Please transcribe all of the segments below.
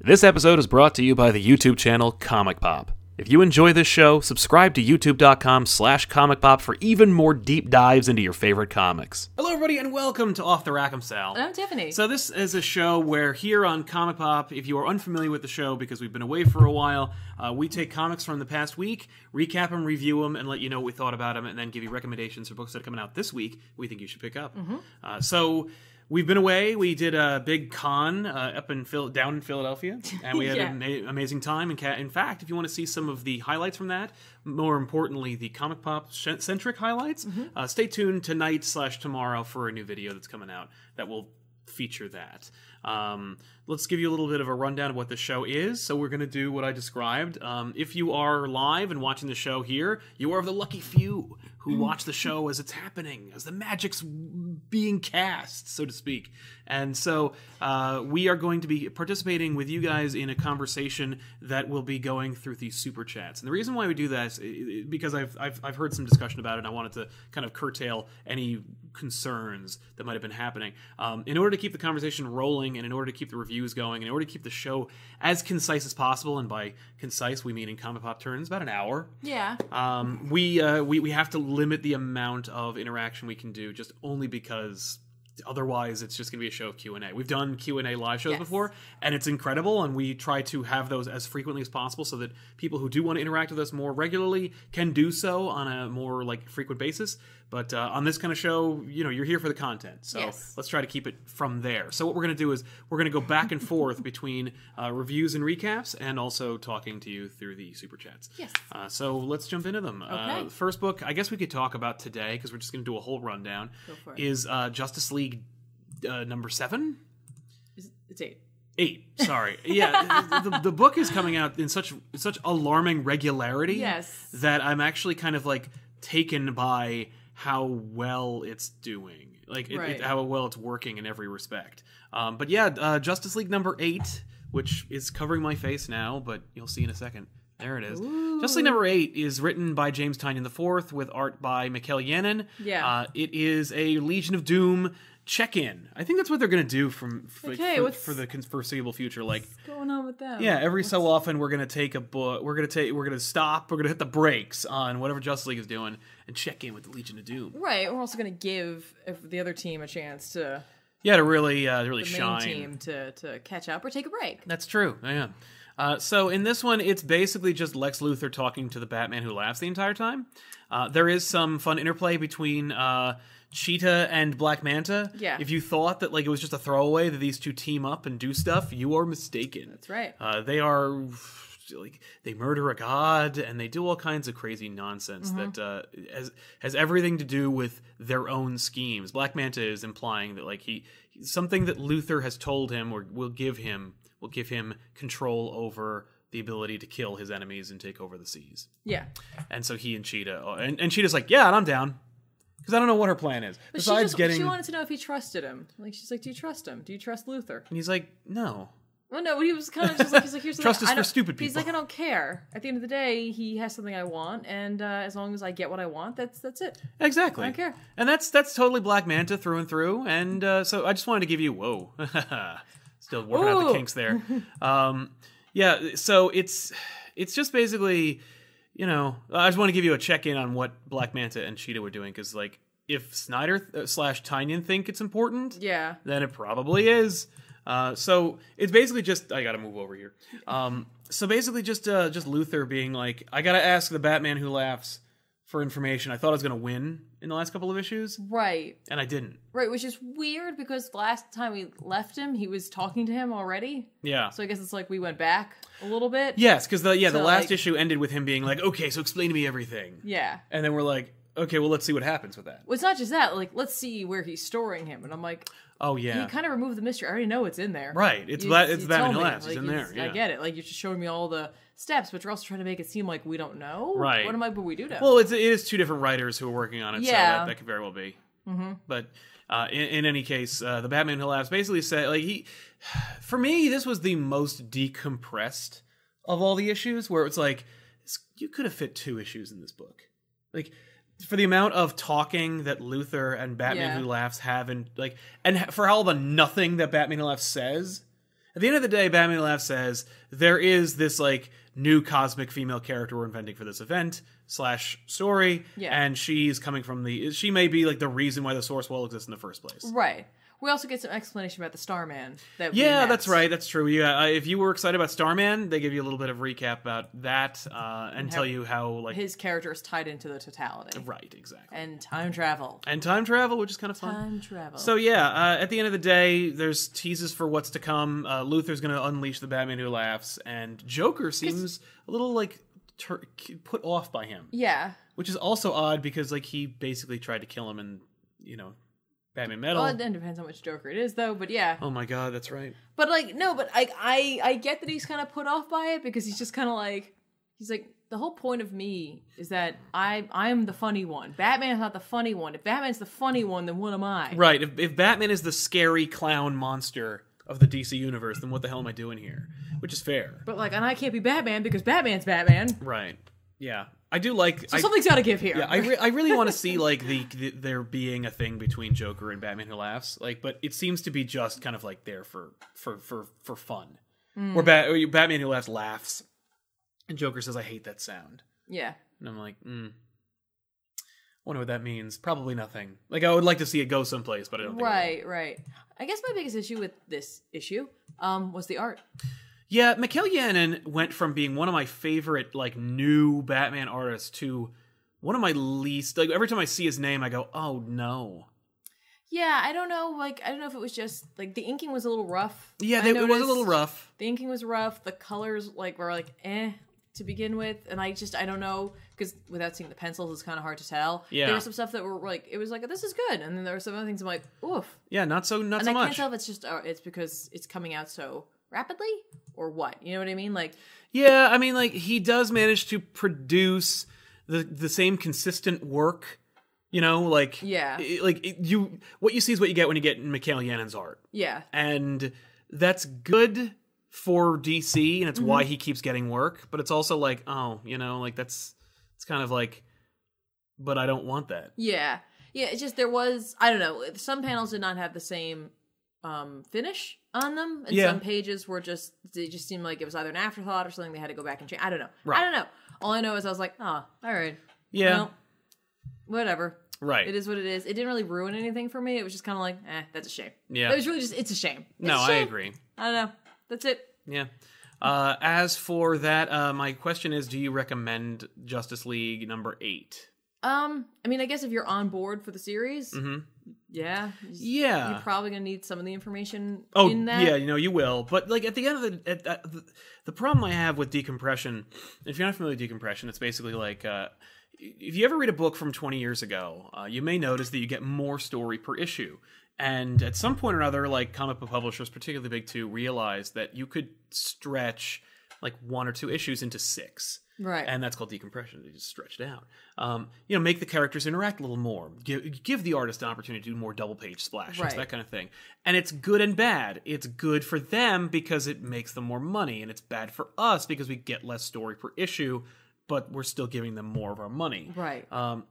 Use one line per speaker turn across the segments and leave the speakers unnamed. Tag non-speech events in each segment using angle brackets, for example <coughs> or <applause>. This episode is brought to you by the YouTube channel Comic Pop. If you enjoy this show, subscribe to youtube.com slash comic pop for even more deep dives into your favorite comics. Hello, everybody, and welcome to Off the Rack. I'm Sal.
And I'm Oh, Tiffany.
So this is a show where here on Comic Pop, if you are unfamiliar with the show because we've been away for a while, uh, we take comics from the past week, recap them, review them, and let you know what we thought about them, and then give you recommendations for books that are coming out this week we think you should pick up. Uh, so we've been away. We did a big con uh, up in Phil- down in Philadelphia, and we had
Yeah.
an ama- amazing time. And ca- in fact, if you want to see some of the highlights from that, more importantly, the comic pop sh- centric highlights, uh, stay tuned tonight slash tomorrow for a new video that's coming out that will feature that. Um, let's give you a little bit of a rundown of what the show is. So we're going to do what I described. Um, if you are live and watching the show here, you are of the lucky few who watch the show as it's happening, as the magic's being cast, so to speak. And so uh, we are going to be participating with you guys in a conversation that will be going through these super chats. And the reason why we do that is i- i- because I've, I've, I've heard some discussion about it, and I wanted to kind of curtail any concerns that might have been happening. Um, in order to keep the conversation rolling, and in order to keep the reviews going, and in order to keep the show as concise as possible, and by concise, we mean in comic pop terms, about an hour
yeah.
um, we, uh, we we have to limit the amount of interaction we can do, just only because otherwise it's just going to be a show of Q and A. We've done Q and A live shows
Yes.
before, and it's incredible. And we try to have those as frequently as possible, so that people who do want to interact with us more regularly can do so on a more like frequent basis. But uh, on this kind of show, you know, you're here for the content, so
Yes.
let's try to keep it from there. So what we're going to do is we're going to go back and forth <laughs> between uh, reviews and recaps, and also talking to you through the super chats.
Yes.
Uh, so let's jump into them. Uh,
Okay.
first book, I guess we could talk about today because we're just going to do a whole rundown.
Go for it.
Is uh, Justice League uh, number seven?
Is- It's eight.
Eight. Sorry.
<laughs>
Yeah, the, the book is coming out in such such alarming regularity.
Yes.
That I'm actually kind of like taken by how well it's doing, like it,
Right.
it, how well it's working in every respect. Um, but yeah, uh, Justice League number eight, which is covering my face now, but you'll see in a second. There it is. Justice League number eight is written by James Tynion IV with art by Mikhail Yannon.
Yeah.
Uh, it is a Legion of Doom check-in. I think that's what they're going to do from f- like,
Okay,
for,
what's-
for the con- foreseeable future. Like,
What's going on with them?
yeah, every so often we're gonna take a book. We're gonna take. We're gonna stop. We're gonna hit the brakes on whatever Justice League is doing and check in with the Legion of Doom.
Right. We're also going to give if the other team a chance to
Yeah, to really, uh, to really
the
shine.
main team to to catch up or take a break.
That's true. Yeah. Uh, so in this one, it's basically just Lex Luthor talking to the Batman who laughs the entire time. Uh, there is some fun interplay between uh, Cheetah and Black Manta.
Yeah.
If you thought that like it was just a throwaway that these two team up and do stuff, you are mistaken.
That's right.
Uh, they are like they murder a god and they do all kinds of crazy nonsense
Mm-hmm.
that uh, has has everything to do with their own schemes. Black Manta is implying that like he something that Luther has told him or will give him will give him control over the ability to kill his enemies and take over the seas.
Yeah.
And so he and Cheetah uh, and, and Cheetah's like, yeah, and I'm down because I don't know what her plan is.
But
Besides
she just
getting,
she wanted to know if he trusted him. Like she's like, do you trust him? Do you trust Luther?
and he's like, no.
Well, no. He was kind of just like he's like here's the
Trust
thing,
is
I
for
don't-
stupid
He's
people.
like I don't care. At the end of the day, he has something I want, and uh, as long as I get what I want, that's that's it.
Exactly.
I don't care.
And that's that's totally Black Manta through and through. And uh, so I just wanted to give you whoa, <laughs> still working out the
Ooh.
kinks there. um, yeah. So it's it's just basically you know I just want to give you a check in on what Black Manta and Cheetah were doing because like if Snyder uh, slash Tynion think it's important,
Yeah.
then it probably is. Uh, so it's basically just I gotta move over here. Um, so basically just uh, just Luther being like, I gotta ask the Batman who laughs for information. I thought I was gonna win in the last couple of issues,
Right.
and I didn't.
Right. Which is weird because last time we left him, he was talking to him already.
Yeah.
So I guess it's like we went back a little bit.
yes, because the yeah the
So,
last
like-
issue ended with him being like, okay, so explain to me everything,
Yeah.
and then we're like, okay, well let's see what happens with that.
Well, it's not just that. Like, let's see where he's storing him. And I'm like,
Oh yeah,
you kind of removed the mystery. I already know it's in there.
Right, it's
You-
Bat- it's
you
Batman
tell
who
me.
laughs, it's
Like,
in there,
I
yeah.
get it. Like, you're just showing me all the steps, but you're also trying to make it seem like we don't know.
Right.
What am I, but we do know.
Well, it's, it is two different writers who are working on it, so
Yeah.
that, that could very well be. Mm-hmm. But uh, in, in any case, uh, the Batman Who Laughs basically said, like he, <sighs> for me, this was the most decompressed of all the issues, where it's like s- you could have fit two issues in this book, like for the amount of talking that Luther and Batman
Yeah.
Who Laughs have, and like, and ha- for all the nothing that Batman Who Laughs says. At the end of the day, Batman Laugh says there is this like new cosmic female character we're inventing for this event slash story,
Yeah.
and she's coming from the she may be like the reason why the source wall exists in the first place.
Right. We also get some explanation about the Starman. That we
Yeah,
met.
that's right. That's true. Yeah, uh, if you were excited about Starman, they give you a little bit of recap about that uh, and tell you how like
His character is tied into the totality
right exactly
and time travel.
and time travel, which is kind of fun.
Time travel.
So yeah, uh, at the end of the day, there's teases for what's to come. Uh, Luther's going to unleash the Batman who laughs, and Joker seems a little like tur- put off by him,
yeah.
which is also odd because like he basically tried to kill him, and you know, Batman Metal.
Well, it then depends on which Joker it is, though. But yeah.
oh my God, that's right.
But like, no. But I, I, I get that he's kind of put off by it because he's just kind of like, he's like, the whole point of me is that I, I'm the funny one. Batman's not the funny one. If Batman's the funny one, then what am I?
Right. If, if Batman is the scary clown monster of the DC universe, then what the hell am I doing here? Which is fair.
But like, and I can't be Batman because Batman's Batman. So
Right. Yeah. I do like. I,
something's got to give here.
Yeah, I, re- I really want to see like the, the there being a thing between Joker and Batman Who Laughs, like, but it seems to be just kind of like there for for for for fun.
Hmm.
Where Bat- or Batman Who Laughs laughs, and Joker says, "I hate that sound,"
<laughs> yeah.
and I'm like, mm, "Wonder what that means." Probably nothing. Like, I would like to see it go someplace, but I don't. Think it will.
Right, right. I guess my biggest issue with this issue um, was the art.
Yeah, Mikhail Yannon went from being one of my favorite like new Batman artists to one of my least. Like every time I see his name, I go, "Oh no."
Yeah, I don't know. Like, I don't know if it was just like the inking was a little rough.
Yeah,
I
they, it was a
noticed.
little rough.
The inking was rough. The colors like were like eh to begin with, and I just I don't know because without seeing the pencils, it's kind of hard to tell.
Yeah.
there was some stuff that were like it was like this is good, and then there were some other things I'm like oof,
Yeah, not so not
and
so
I
much.
can't tell if it's just uh, it's because it's coming out so rapidly or what. You know what I mean? Like
Yeah, I mean, like he does manage to produce the the same consistent work. You know, like
Yeah.
i- like it, you what you see is what you get when you get Mikhail Yannon's art,
yeah,
and that's good for DC, and it's
Mm-hmm.
why he keeps getting work. But it's also like, oh, you know, like that's it's kind of like, but I don't want that.
Yeah. Yeah, it's just there was I don't know, some panels did not have the same um finish on them. And
Yeah.
some pages were just they just seemed like it was either an afterthought or something they had to go back and change. I don't know.
Right.
I don't know. All I know is I was like, oh, all right.
Yeah,
Well, whatever.
right.
It is what it is. It didn't really ruin anything for me. It was just kinda like, eh, that's a shame.
Yeah.
It was really just it's a shame. It's
no,
a
I
shame.
agree.
I don't know. That's it.
Yeah. Uh, as for that, uh, my question is: Do you recommend Justice League number eight?
Um, I mean I guess if you're on board for the series, yeah.
Mm-hmm. Yeah.
You're probably gonna need some of the information
oh,
in that.
yeah, you know, you will. But like at the end of the, at, at the, the problem I have with decompression, if you're not familiar with decompression, it's basically like uh, if you ever read a book from 20 years ago, uh, you may notice that you get more story per issue. And at some point or another, like comic book publishers, particularly the big two, realized that you could stretch like one or two issues into six.
Right.
and that's called decompression. They just stretch it out. Um, you know, make the characters interact a little more. Give, give the artist an opportunity to do more double page splashes,
Right.
that kind of thing. And it's good and bad. It's good for them because it makes them more money, and it's bad for us because we get less story per issue, but we're still giving them more of our money.
Right.
Um,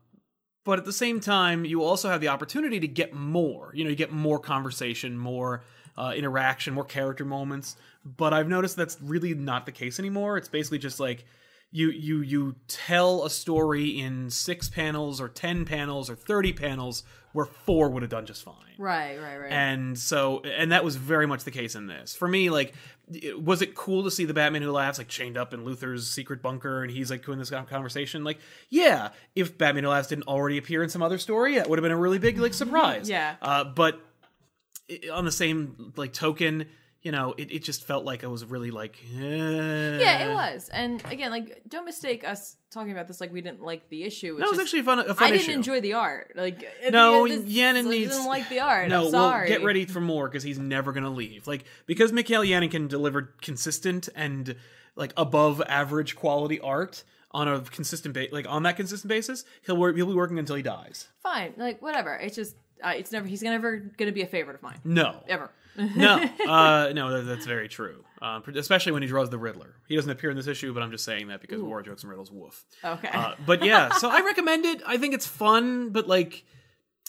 but at the same time, you also have the opportunity to get more. You know, you get more conversation, more uh, interaction, more character moments. But I've noticed that's really not the case anymore. It's basically just like you you you tell a story in six panels or ten panels or thirty panels where four would have done just fine.
Right, right, right.
And so, and that was very much the case in this. For me, like, it- was it cool to see the Batman who laughs, like, chained up in Luther's secret bunker and he's, like, doing this kind of conversation? Like, yeah, if Batman who laughs didn't already appear in some other story, that would have been a really big, like, surprise.
Yeah.
Uh, but i- on the same, like, token, you know, it, it just felt like I was really, like, eh.
yeah,
uh,
it was. And again, like, don't mistake us talking about this like we didn't like the issue.
That was actually a fun, a fun
I didn't
issue.
enjoy the art. Like, at the
No,
end of this-
Yannon
I
needs-
didn't like the art.
No,
I'm sorry.
well, get ready for more because he's never gonna leave. Like because Mikhail Yannikin delivered consistent and like above average quality art on a consistent ba- like on that consistent basis, he'll wor- he'll be working until he dies.
Fine, like whatever. It's just, uh, it's never. He's never going to be a favorite of mine
No,
<laughs> ever.
no, uh, no, that, that's very true. Uh, pr- especially when he draws the Riddler. He doesn't appear in this issue, but I'm just saying that because war jokes and riddles, woof.
Okay.
Uh, but yeah, so I recommend it. I think it's fun, but like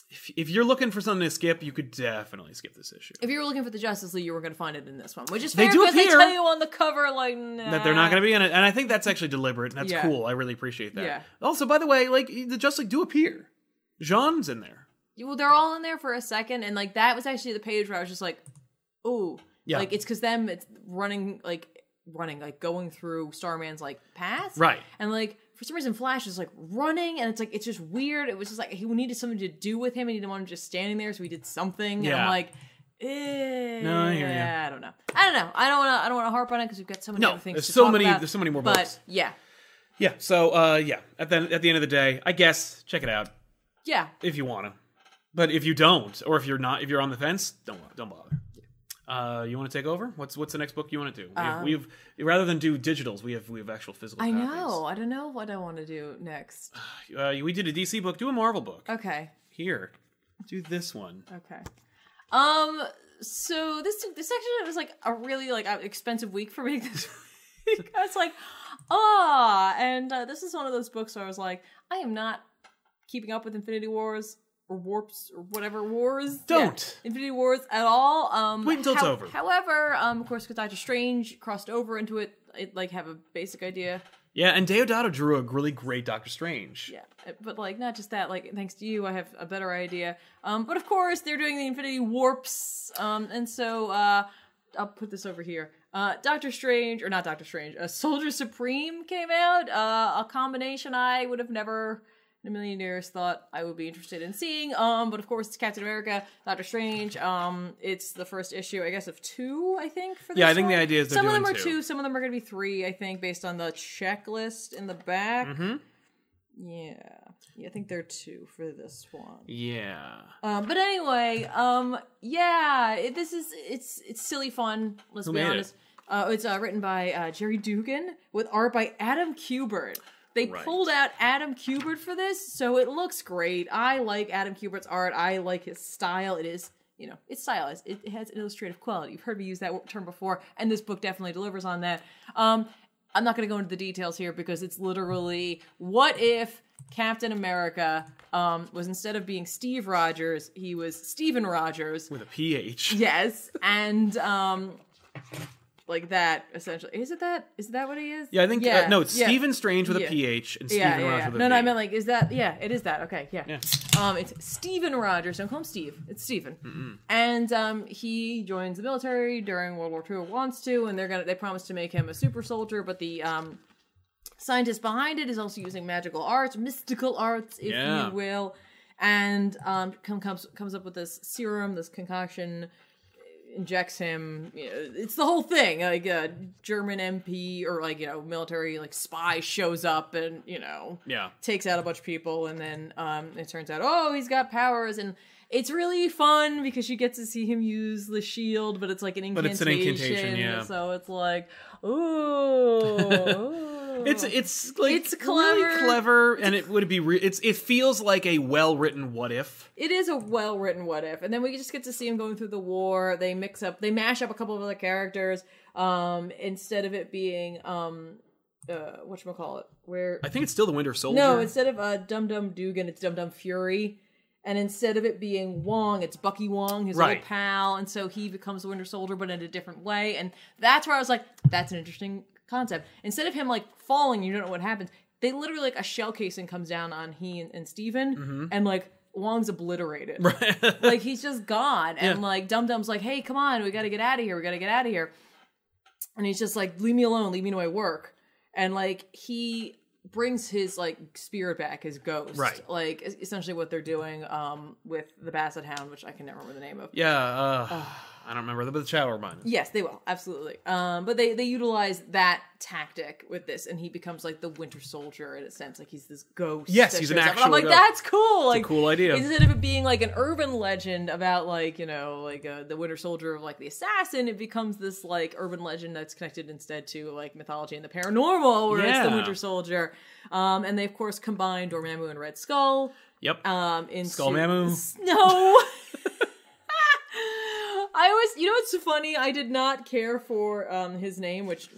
if, if you're looking for something to skip, you could definitely skip this issue.
If you were looking for the Justice League, you were going to find it in this one, which is
They
fair
do
because they
appear.
tell you on the cover like nah.
that they're not going to be in it, and I think that's actually deliberate. And that's
Uh, Yeah.
cool. I really appreciate that.
Yeah.
Also, by the way, like the Justice League do appear. Jean's in there.
Well, they're all in there for a second, and like that was actually the page where I was just like, "Ooh,
Yeah.
Like it's because them it's running like running like going through Starman's like past,
Right.
And like for some reason, Flash is like running, and it's like it's just weird. It was just like he needed something to do with him, and he didn't want him just standing there, so he did something. And
Yeah.
I'm like. Eh,
No, I hear
I don't know. I don't know. I don't want to. I don't want to harp on it because we've got so many
No,
other things.
there's
to
so
talk
many-
about.
there's so many more
But
books.
yeah,
Yeah. So, uh, yeah. At the at the end of the day, I guess check it out
yeah.
if you want to. But if you don't, or if you're not, if you're on the fence, don't don't bother. Uh, you want to take over? What's what's the next book you want to do? We have, we have rather than do digitals, we have we have actual physical.
Um, I
copies.
know. I don't know what I want to do next.
Uh, we did a DC book. Do a Marvel book.
Okay.
Here, do this one.
Okay. Um. So this this actually was like a really like uh, expensive week for me. <laughs> This week. I was like, ah, and uh, this is one of those books where I was like, I am not keeping up with Infinity Wars or warps or whatever wars.
Don't.
Yeah, Infinity Wars at all. Um,
Wait until it's over.
However, um, of course, because Doctor Strange crossed over into it, it like have a basic idea.
Yeah, and Deodato drew a really great Doctor Strange.
Yeah, uh, but like not just that. Like thanks to you, I have a better idea. Um, but of course they're doing the Infinity Warps. Um, and so uh, I'll put this over here. Uh, Doctor Strange or not Doctor Strange, uh, Soldier Supreme came out. Uh, a combination I would have never in a million years thought I would be interested in seeing. Um, but of course it's Captain America, Doctor Strange. Um, it's the first issue, I guess, of two. I think. For
Yeah,
this
I think
one.
the idea is they're
some of them
doing
are
two.
two, some of them are going to be three. I think based on the checklist in the back.
Mm-hmm.
Yeah. Yeah, I think there are two for this one.
Yeah.
Um, but anyway, um, yeah, it, this is it's it's silly fun. Let's
Who
be
made it?
honest. Uh, it's uh, written by uh, Jerry Dugan with art by Adam Kubert. They
Right.
pulled out Adam Kubert for this, so it looks great. I like Adam Kubert's art. I like his style. It is, you know, it's stylized. It, it has an illustrative quality. You've heard me use that wo- term before, and this book definitely delivers on that. Um, I'm not going to go into the details here because it's literally what if Captain America um, was instead of being Steve Rogers, he was Steven Rogers.
With a PH.
Yes, and um, like that essentially. Is it that? Is that what he is?
Yeah, I think Uh, no, it's
yeah.
Stephen Strange with
Yeah.
a PH and
Yeah,
Stephen
yeah,
Ross
yeah.
with a
No, no, I
V.
meant like, is that? Yeah, it is that. Okay, yeah.
Yeah.
Um, it's Stephen Rogers. Don't call him Steve. It's Stephen. And um, he joins the military during World War II or wants to, and they're gonna. They promise to make him a super soldier, but the um, scientist behind it is also using magical arts, mystical arts, if
Yeah.
you will, and um, com- comes comes up with this serum, this concoction injects him. You know, it's the whole thing. Like a German MP or like you know military like spy shows up and you know
Yeah.
takes out a bunch of people, and then um, it turns out oh he's got powers, and it's really fun because you get to see him use the shield, but it's like an
But
incantation.
it's an incantation, yeah.
So it's like ooh,
<laughs> It's it's like
It's
really
clever.
clever, and it would be re- it's it feels like a well written what if.
it is a well written what if, and then we just get to see him going through the war. They mix up, they mash up a couple of other characters. Um, instead of it being um, uh, what call it? Where
I think it's still the Winter Soldier.
no, instead of uh, Dum Dum Dugan, it's Dum Dum Fury, and instead of it being Wong, it's Bucky Wong, his
Right.
old pal, and so he becomes the Winter Soldier, but in a different way. And that's where I was like, that's an interesting concept. Instead of him like falling, you don't know what happens. They literally like a shell casing comes down on he and, and Steven,
Mm-hmm.
and like Wong's obliterated like he's just gone and
Yeah.
like dum dum's like hey come on we gotta get out of here we gotta get out of here and he's just like leave me alone leave me to my work and like he brings his like spirit back his ghost
Right.
like es- essentially what they're doing um with the basset hound which i can never remember the name of
<laughs> yeah, uh, I don't remember, but the chat will remind us.
Yes, they will absolutely. Um, but they they utilize that tactic with this, and he becomes like the Winter Soldier in a sense, like he's this ghost.
Yes,
that
he's an
shows up. And I'm
actual
like,
ghost.
that's cool. Like
cool idea.
Instead of it being like an urban legend about like you know like uh, the Winter Soldier of like the assassin, it becomes this like urban legend that's connected instead to like mythology and the paranormal, where it's
Yeah.
the Winter Soldier. Um, and they of course combined Dormammu and Red Skull
Yep.
<laughs> um into
Skullmamu.
No. I always, you know, what's funny. I did not care for um his name, which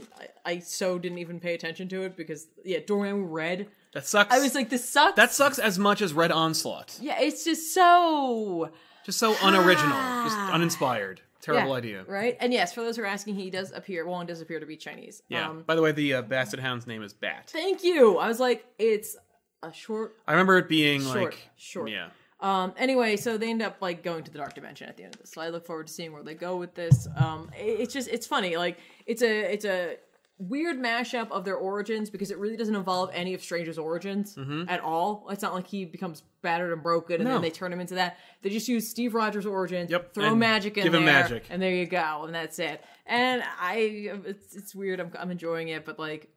I, I so didn't even pay attention to it because yeah, Dorian Red.
That sucks.
I was like, this sucks.
that sucks as much as Red Onslaught.
yeah, it's just so
Just so unoriginal, just uninspired. Terrible
Ah. Yeah,
idea.
right? And yes, for those who are asking, he does appear. Wong does appear to be Chinese.
Yeah.
Um,
By the way, the uh, Basset Hound's name is Bat.
thank you. I was like, it's a short
I remember it being
Short,
like
short.
Yeah.
Um, anyway, so they end up like going to the dark dimension at the end of this. So I look forward to seeing where they go with this. Um, it- it's just it's funny. Like it's a it's a weird mashup of their origins because it really doesn't involve any of Stranger's origins at all. It's not like he becomes battered and broken and
Mm-hmm. No.
then they turn him into that. They just use Steve Rogers' origin,
Yep,
throw
and
magic in
give
there,
him magic.
and there you go, and that's it. And I it's it's weird. I'm I'm enjoying it, but like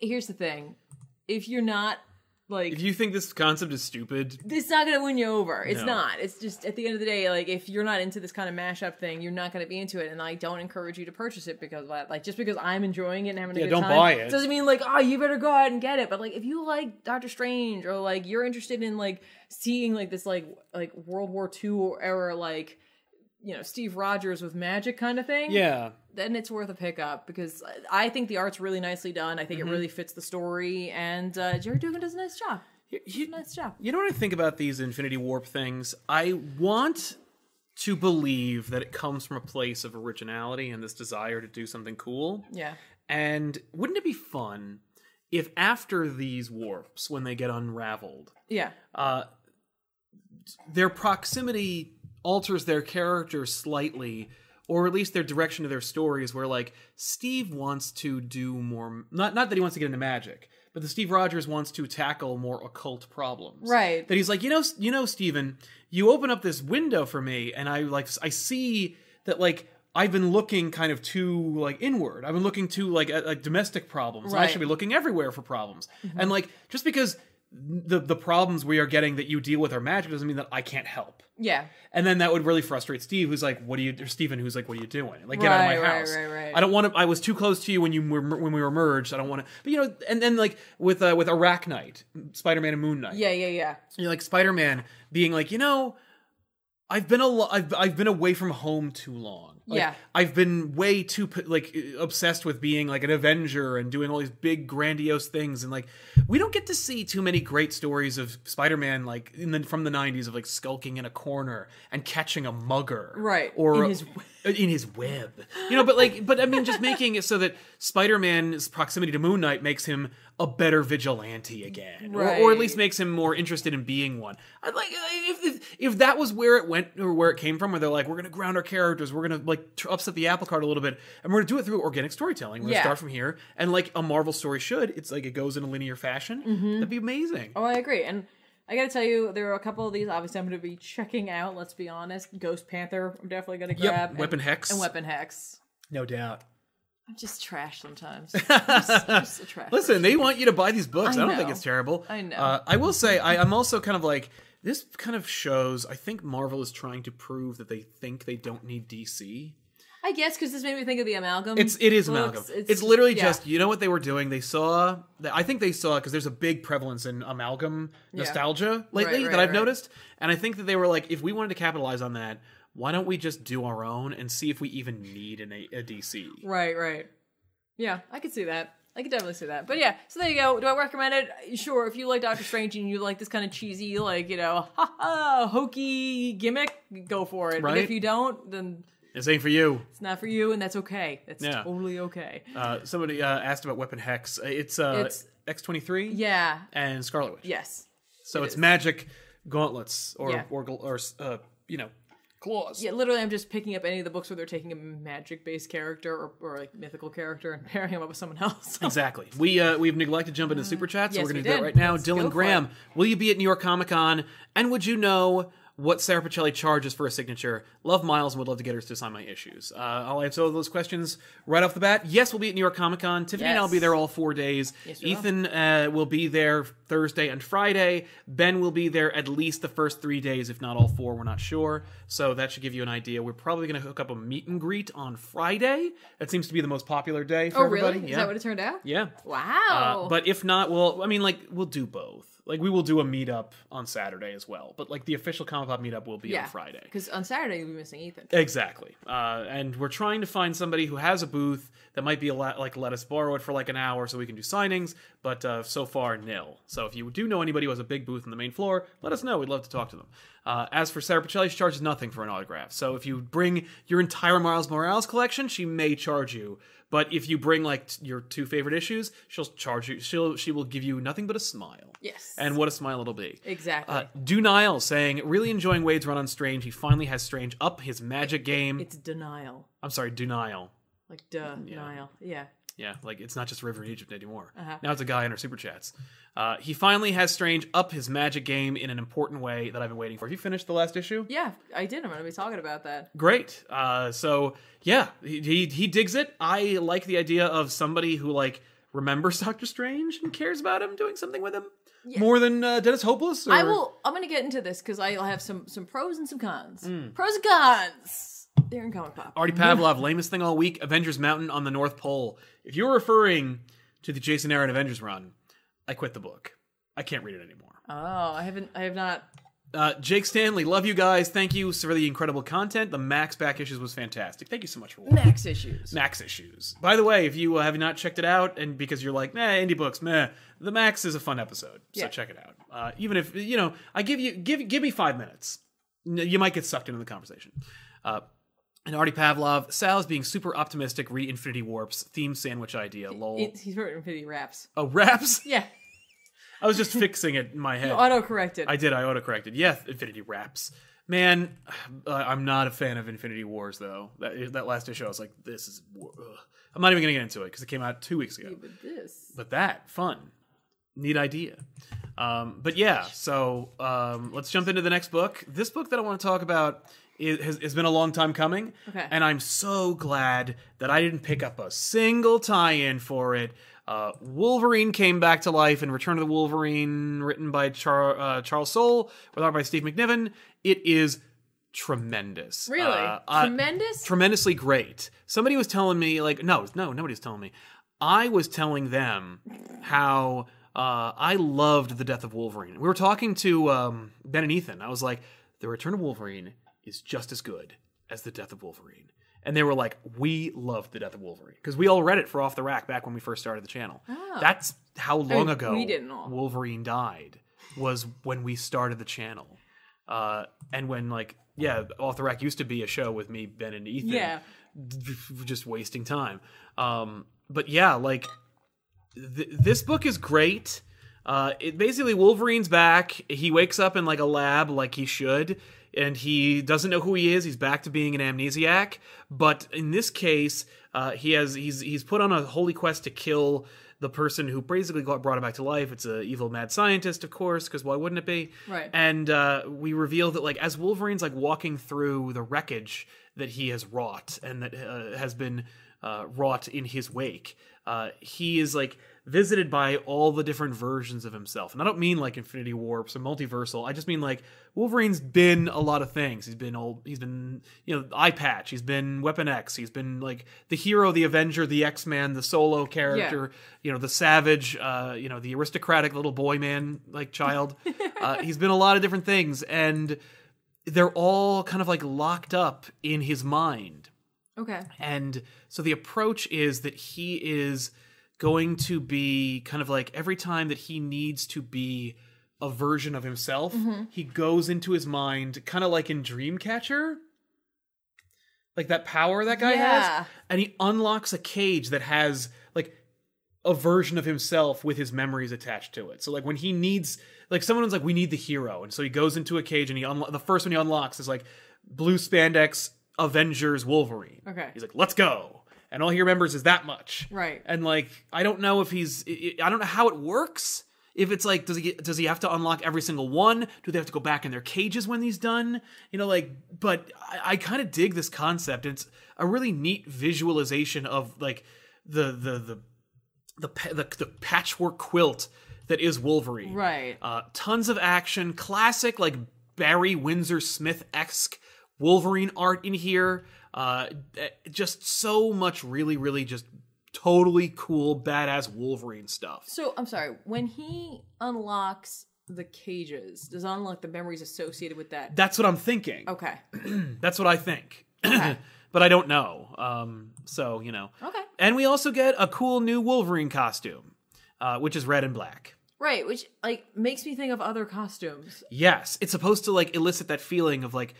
here's the thing: if you're not like
If you think this concept is stupid,
it's not gonna win you over. It's
No.
not. It's just at the end of the day, like if you're not into this kind of mashup thing, you're not gonna be into it. And I don't encourage you to purchase it because of that. like just because I'm enjoying it and having a
Yeah,
good
don't
time
buy it.
doesn't mean like oh you better go out and get it. But like if you like Doctor Strange or like you're interested in like seeing like this like like World War II era like you know Steve Rogers with magic kind of thing,
yeah.
then it's worth a pickup because I think the art's really nicely done. I
Mm-hmm.
think it really fits the story, and uh, Jerry Dugan does a nice job.
He-
Nice job.
You know what I think about these Infinity Warp things? I want to believe that it comes from a place of originality and this desire to do something cool.
Yeah.
And wouldn't it be fun if after these warps, when they get unraveled,
Yeah.
uh, their proximity alters their character slightly or at least their direction of their stories where like steve wants to do more not not that he wants to get into magic but the steve rogers wants to tackle more occult problems
Right.
that he's like you know you know steven you open up this window for me and i like i see that like i've been looking kind of too like inward i've been looking too like at, like domestic problems and i
Right. Mm-hmm.
should be looking everywhere for problems and like just because the the problems we are getting that you deal with are magic doesn't mean that I can't help.
Yeah.
And then that would really frustrate Steve, who's like, "What are you?" Or Stephen, who's like, "What are you doing? Like, get out
Right,
of my
right,
house!
right, right.
I don't want to. I was too close to you when you were, when we were merged. I don't want to." But you know, and then like with uh, with Arachnite, Spider Man and Moon Knight,
Yeah, yeah, yeah.
you're like Spider Man being like, you know, I've been a lo- I've, I've been away from home too long. Like,
Yeah.
I've been way too p- like uh, obsessed with being like an Avenger and doing all these big grandiose things, and like we don't get to see too many great stories of Spider Man like in the from the '90s of like skulking in a corner and catching a mugger,
Right.
Or
In his
<laughs> in his web. You know, but like, but I mean, just making it so that Spider Man's proximity to Moon Knight makes him a better vigilante again, or, or at least
Right.
makes him more interested in being one. I'd like if, if if that was where it went or where it came from, where they're like, we're gonna ground our characters, we're gonna like tr- upset the apple cart a little bit, and we're gonna do it through organic storytelling. We're gonna
Yeah.
start from here, and like a Marvel story should, it's like it goes in a linear fashion. That'd be amazing.
Mm-hmm. Oh, I agree. And I gotta tell you, there are a couple of these. Obviously, I'm gonna be checking out. Let's be honest. Ghost Panther. I'm definitely gonna grab. and-
Weapon Hex.
And Weapon Hex.
No doubt.
I'm just trash
<laughs>
sometimes. I'm just, I'm just a trash.
Listen, they want you to buy these books. I,
I
don't think
know.
it's terrible.
I know.
Uh, I will say, I, I'm also kind of like this. Kind of shows. I think Marvel is trying to prove that they think they don't need DC.
I guess because this made me think of the amalgam.
It's it is
books.
amalgam. It's, literally
yeah.
just you know what they were doing. They saw. that- I think they saw because there's a big prevalence in amalgam nostalgia lately
Right,
that
right,
I've
right.
noticed, and I think that they were like, if we wanted to capitalize on that, why don't we just do our own and see if we even need an, a, a DC?
Right, right. Yeah, I could see that. I could definitely see that. But yeah, so there you go. Do I recommend it? Sure. If you like Doctor Strange and you like this kind of cheesy, like, you know, ha ha, hokey gimmick, go for it. But
Right.
if you don't, then
It's ain't for you.
it's not for you, and that's okay. That's
Yeah.
totally okay.
Uh, somebody uh, asked about Weapon Hex. It's uh,
It's-
X twenty three.
Yeah.
and Scarlet Witch.
Yes.
so it's magic gauntlets or
Yeah.
or gl- or uh, you know claws.
Yeah, literally, I'm just picking up any of the books where they're taking a magic based character or, or like mythical character and <laughs> pairing him up with someone else.
<laughs>
<laughs>
Exactly. We uh, we've neglected to jump into super chats, so
yes,
we're going
we
to do that
did.
right now.
Let's go for
Dylan
it.
Graham, will you be at New York Comic Con? And would you know what Sarah Pacelli charges for a signature? Love Miles and would love to get her to sign my issues. Uh, I'll answer all those questions right off the bat. Yes, we'll be at New York Comic Con. Tiffany and I'll
Yes.
be there all four days.
Yes, we will.
Ethan uh, will be there Thursday and Friday. Ben will be there at least the first three days, if not all four. We're not sure, so that should give you an idea. We're probably going to hook up a meet and greet on Friday. That seems to be the most popular day for
oh,
everybody.
really? Is that what it turned out?
Yeah.
Wow.
Uh, but if not, we'll I mean like we'll do both. Like we will do a meetup on Saturday as well. But like the official Comic Pop meetup will be
yeah.
on Friday.
Because on Saturday you'll be missing Ethan.
Exactly. Uh, and we're trying to find somebody who has a booth that might be a lot, like let us borrow it for like an hour so we can do signings, but uh, so far nil. So if you do know anybody who has a big booth on the main floor, let us know. We'd love to talk to them. Uh, as for Sarah Pacelli, she charges nothing for an autograph. So if you bring your entire Miles Morales collection, she may charge you. But if you bring like t- your two favorite issues, she'll charge you. She'll she will give you nothing but a smile.
Yes.
And what a smile it'll be.
Exactly.
Uh, Do Niles saying, really enjoying Wade's run on Strange. He finally has Strange up his magic game.
it's denial.
I'm sorry, Do Nile.
Like duh, denial. Yeah.
Yeah, like it's not just River in Egypt anymore.
Uh-huh.
Now it's a guy in our super chats. Uh, he finally has Strange up his magic game in an important way that I've been waiting for. Have you finished the last issue?
Yeah, I did. I'm gonna be talking about that.
Great. Uh, so yeah, he, he he digs it. I like the idea of somebody who like remembers <laughs> Doctor Strange and cares about him doing something with him more than uh, Dennis Hopeless. Or...
I will. I'm gonna get into this because I'll have some some pros and some cons.
Mm.
Pros and cons. They're in comic pop.
Artie Pavlov, lamest thing all week, Avengers Mountain on the North Pole. If you're referring to the Jason Aaron Avengers run, I quit the book. I can't read it anymore.
Oh, I haven't. I have not.
Uh, Jake Stanley, love you guys. Thank you for the incredible content. The Max back issues was fantastic. Thank you so much for watching.
Max issues.
Max issues. By the way, if you uh, have not checked it out, and because you're like, nah, indie books, meh, the Max is a fun episode. So
Yeah.
check it out. Uh, even if you know, I give you give give me five minutes, N- you might get sucked into the conversation. Uh, and Artie Pavlov, Sal's being super optimistic. Re Infinity Warps theme sandwich idea. Lol.
It, he's written Infinity raps.
oh, <laughs> raps.
Yeah,
I was just fixing it in my head.
auto corrected.
I did. I autocorrected. Yeah, Infinity Wraps. Man, uh, I'm not a fan of Infinity Wars though. That that last issue, I was like, this is. wo- Ugh. I'm not even gonna get into it because it came out two weeks ago.
But this.
But that fun, neat idea. Um, but yeah, so um, let's jump into the next book. This book that I want to talk about is, has, has been a long time coming,
Okay.
and I'm so glad that I didn't pick up a single tie-in for it. Uh, Wolverine came back to life in Return of the Wolverine, written by Char- uh, Charles Soule, with art by Steve McNiven. It is tremendous.
Really?
Uh, I-
Tremendous?
tremendously great. Somebody was telling me, like, no, no, nobody was telling me. I was telling them how uh, I loved the death of Wolverine. We were talking to um, Ben and Ethan. I was like, the return of Wolverine is just as good as the death of Wolverine. And they were like, we loved the death of Wolverine because we all read it for off the rack back when we first started the channel. That's how long
Oh. mean,
ago
we didn't all.
Wolverine died was when we started the channel. Uh, and when like yeah, off the rack used to be a show with me, Ben, and Ethan.
Yeah.
<laughs> just wasting time. Um, but yeah, like th- this book is great. Uh, it basically Wolverine's back. He wakes up in like a lab, like he should, and he doesn't know who he is. He's back to being an amnesiac, but in this case, uh, he has he's he's put on a holy quest to kill the person who basically got brought him back to life. It's a evil mad scientist, of course, because why wouldn't it be?
Right.
And uh, we reveal that like as Wolverine's like walking through the wreckage that he has wrought and that uh, has been uh, wrought in his wake, uh, he is like visited by all the different versions of himself. And I don't mean like Infinity Warps or multiversal. I just mean like Wolverine's been a lot of things. He's been old. He's been you know Eye Patch. He's been Weapon X. He's been like the hero, the Avenger, the X Man, the solo character you know the savage uh you know the aristocratic little boy man like child uh, he's been a lot of different things and they're all kind of like locked up in his mind
Okay.
and so the approach is that he is going to be kind of like every time that he needs to be a version of himself, he goes into his mind, kind of like in Dreamcatcher, like that power that guy
Yeah.
has. And he unlocks a cage that has like a version of himself with his memories attached to it. So like when he needs like someone's like we need the hero and so he goes into a cage and he unlo- the first one he unlocks is like blue spandex Avengers Wolverine.
Okay.
He's like let's go. And all he remembers is that much.
Right.
And like I don't know if he's I- I I don't know how it works. If it's like does he does he have to unlock every single one? Do they have to go back in their cages when he's done? You know like but I, I kind of dig this concept. It's a really neat visualization of like the the the the pa- the, the patchwork quilt that is Wolverine.
Right.
Uh, tons of action, classic like Barry Windsor Smith esque Wolverine art in here. Uh, eh, just so much really, really just totally cool, badass Wolverine stuff.
So I'm sorry. When he unlocks the cages? Does it unlock the memories associated with that?
That's what I'm thinking.
Okay.
That's what I think. <clears throat>
Okay. Oh.
but I don't know. Um, so, you know.
Okay.
And we also get a cool new Wolverine costume, uh, which is red and black.
Right, which like makes me think of other costumes.
Yes, it's supposed to like elicit that feeling of like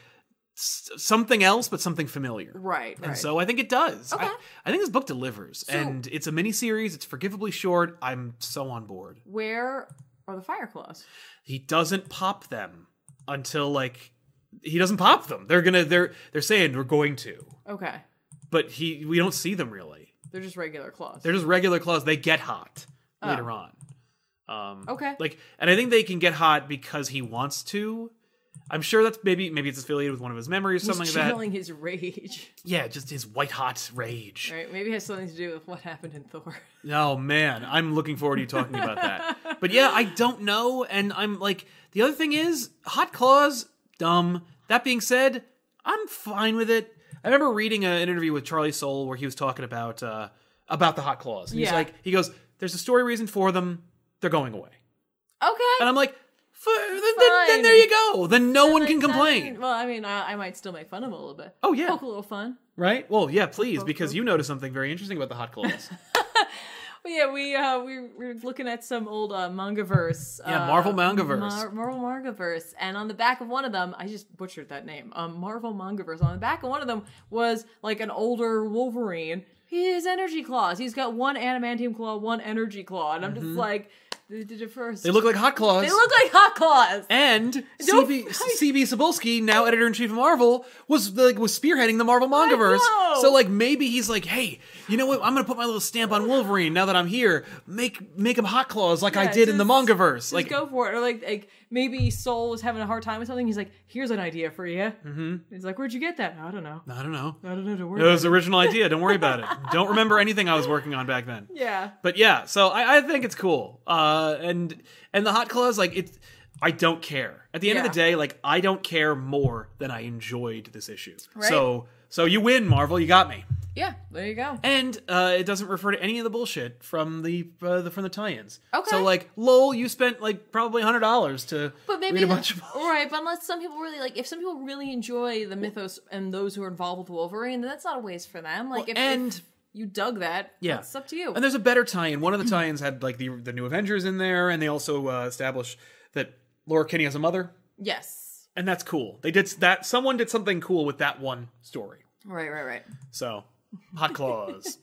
s- something else, but something familiar.
Right,
And
right.
so I think it does. I,
Okay.
I think this book delivers, and it's a mini series. It's forgivably short. I'm so on board.
Where are the fire claws?
He doesn't pop them until like he doesn't pop them. They're gonna. They're they're saying we're going to,
Okay.
but he we don't see them really.
They're just regular claws.
They're just regular claws. They get hot
Oh.
later on. Um,
Okay.
Like, and I think they can get hot because he wants to. I'm sure that's maybe maybe it's affiliated with one of his memories, something
He's
like that.
channeling his rage.
Yeah, just his white hot rage.
Right? Maybe it has something to do with what happened in Thor.
Oh man, I'm looking forward to you talking about that. But yeah, I don't know, and I'm like the other thing is hot claws dumb. That being said, I'm fine with it. I remember reading a, an interview with Charlie Soule where he was talking about uh, about the hot claws. And He's
Yeah.
like, he goes, "There's a story reason for them. They're going away," and
Okay.
I'm like, "F- then, then, then there you go. Then no one can
Like,
complain."
I mean- well, I mean, I, I might still make fun of him a little bit.
Oh, yeah.
poke a little fun.
Right? Well, yeah, please, because you noticed something very interesting about the hot claws.
But yeah, we uh, we we're looking at some old uh, mangaverse.
<laughs> Yeah,
uh,
Marvel mangaverse.
Mar- Marvel mangaverse, and on the back of one of them, I just butchered that name. Um, Marvel mangaverse. On the back of one of them was like an older Wolverine. He has energy claws. He's got one adamantium claw, one energy claw, and I'm just like, the, the, the first.
Mm-hmm. they look like hot claws.
They look like hot claws.
And
Don't-
CB CB Cebulski, now editor in chief of Marvel, was like was spearheading the Marvel Mongaverse.
know.
So like maybe he's like, hey, you know what? I'm gonna put my little stamp on Wolverine now that I'm here. Make make him hot claws like I
Yeah,
did in the
just-
Mongaverse. Like
just go for it. Or like, like maybe Soul was having a hard time with something. He's like, here's an idea for you. Mm-hmm. He's like, where'd you get that? I don't know.
I don't know.
I don't know. Don't worry
It
about
was original idea. Don't worry about it. Don't remember anything I was working on back then.
it." Yeah.
But yeah, so I, I think it's cool. Uh, and and the hot claws, like it's I don't care. At the end of the
Yeah.
day, like I don't care more than I enjoyed this issue.
Right.
So so you win, Marvel. You got me.
Yeah. There you go.
And uh, it doesn't refer to any of the bullshit from the, uh, the from the tie-ins.
Okay.
So like, lol, you spent like probably hundred dollars to
But maybe
read a bunch
<laughs>
of.
right. But unless some people really like, if some people really enjoy the mythos and those who are involved with Wolverine, then that's not a waste for them. Like, if,
and-
if you dug that,
Yeah.
it's up to you.
And there's a better tie-in. One of the tie-ins had like the the new Avengers in there, and they also uh, establish that Laura Kinney has a mother,
yes.
and that's cool. They did s- that. Someone did something cool with that one story.
Right. Right. Right.
So, hot
<laughs>
claws.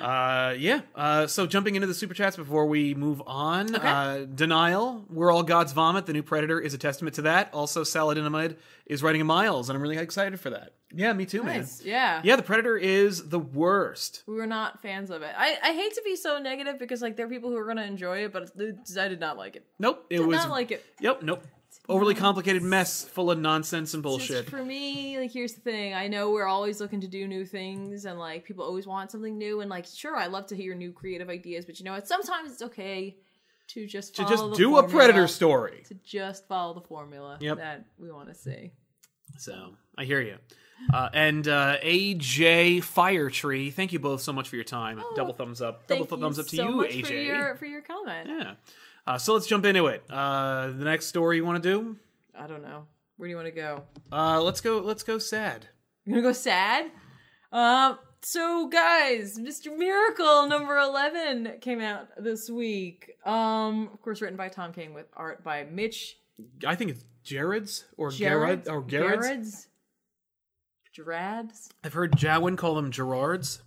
uh, yeah. Uh, so jumping into the super chats before we move on. Uh, Denial. We're all God's vomit. The new Predator is a testament to that. Also, Saladinamide is writing a miles, and I'm really excited for that. Yeah, me too,
Nice.
man.
Yeah.
Yeah, the Predator is the worst.
We were not fans of it. I, I hate to be so negative because like there are people who are gonna enjoy it, but I did not like it.
Nope. It
Did
was.
not like it.
Yep. Nope. Overly complicated mess full of nonsense and bullshit.
Just for me, like here's the thing. I know we're always looking to do new things and like people always want something new and like sure I love to hear new creative ideas, but you know what? Sometimes it's okay to just
To
follow
just
the
do a
formula,
Predator story.
to just follow the formula
Yep.
that we want to see.
So I hear you. Uh, and uh, AJ Firetree, thank you both so much for your time. double thumbs up. Double
Oh, Thank
thumbs up to
so
you,
much
AJ.
for your for your comment.
Yeah. Uh, so let's jump into it. Uh, the next story you want to do?
I don't know. Where do you want to go?
Uh, let's go. Let's go. Sad.
I'm gonna go sad. Um. So guys, Mr. Miracle number eleven came out this week. Um. Of course, written by Tom King with art by Mitch
I think it's Jared's or Gerard Oh,
Gerard
or Gerard's.
Gerards. Gerads.
I've heard Jawin call them Gerards.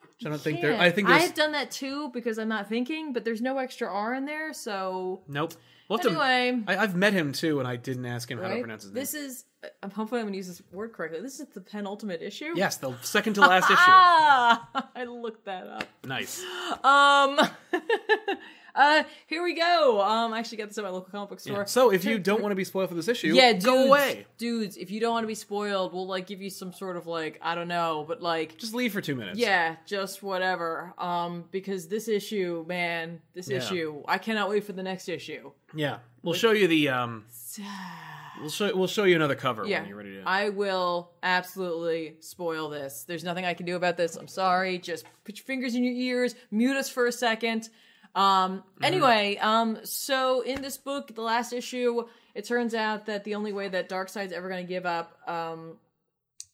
Which I don't think they're.
Yeah.
I think there's.
I've done that too because I'm not thinking, but there's no extra R in there, so
Nope. We'll have to-
anyway.
I, I've met him too, and I didn't ask him how to
right?
pronounce his name.
This is I'm hopefully I'm gonna use this word correctly. This is the penultimate issue.
yes, the second to
<laughs>
last issue.
Ah, <laughs> I looked that up.
Nice.
Um, <laughs> uh, here we go. Um, I actually got this at my local comic book store.
So if you don't want to be spoiled for this issue,
yeah,
go
dudes,
away.
dudes. If you don't want to be spoiled, we'll like give you some sort of like I don't know, but like
Just leave for two minutes.
yeah, just whatever. Um, because this issue, man, this
Yeah.
issue, I cannot wait for the next issue.
Yeah. We'll show you the um we'll show we'll show you another cover
Yeah,
when you're ready to
I will absolutely spoil this. There's nothing I can do about this. I'm sorry. Just put your fingers in your ears, mute us for a second. Um,
Mm-hmm.
anyway, um, so in this book, the last issue, it turns out that the only way that Darkseid's ever going to give up um,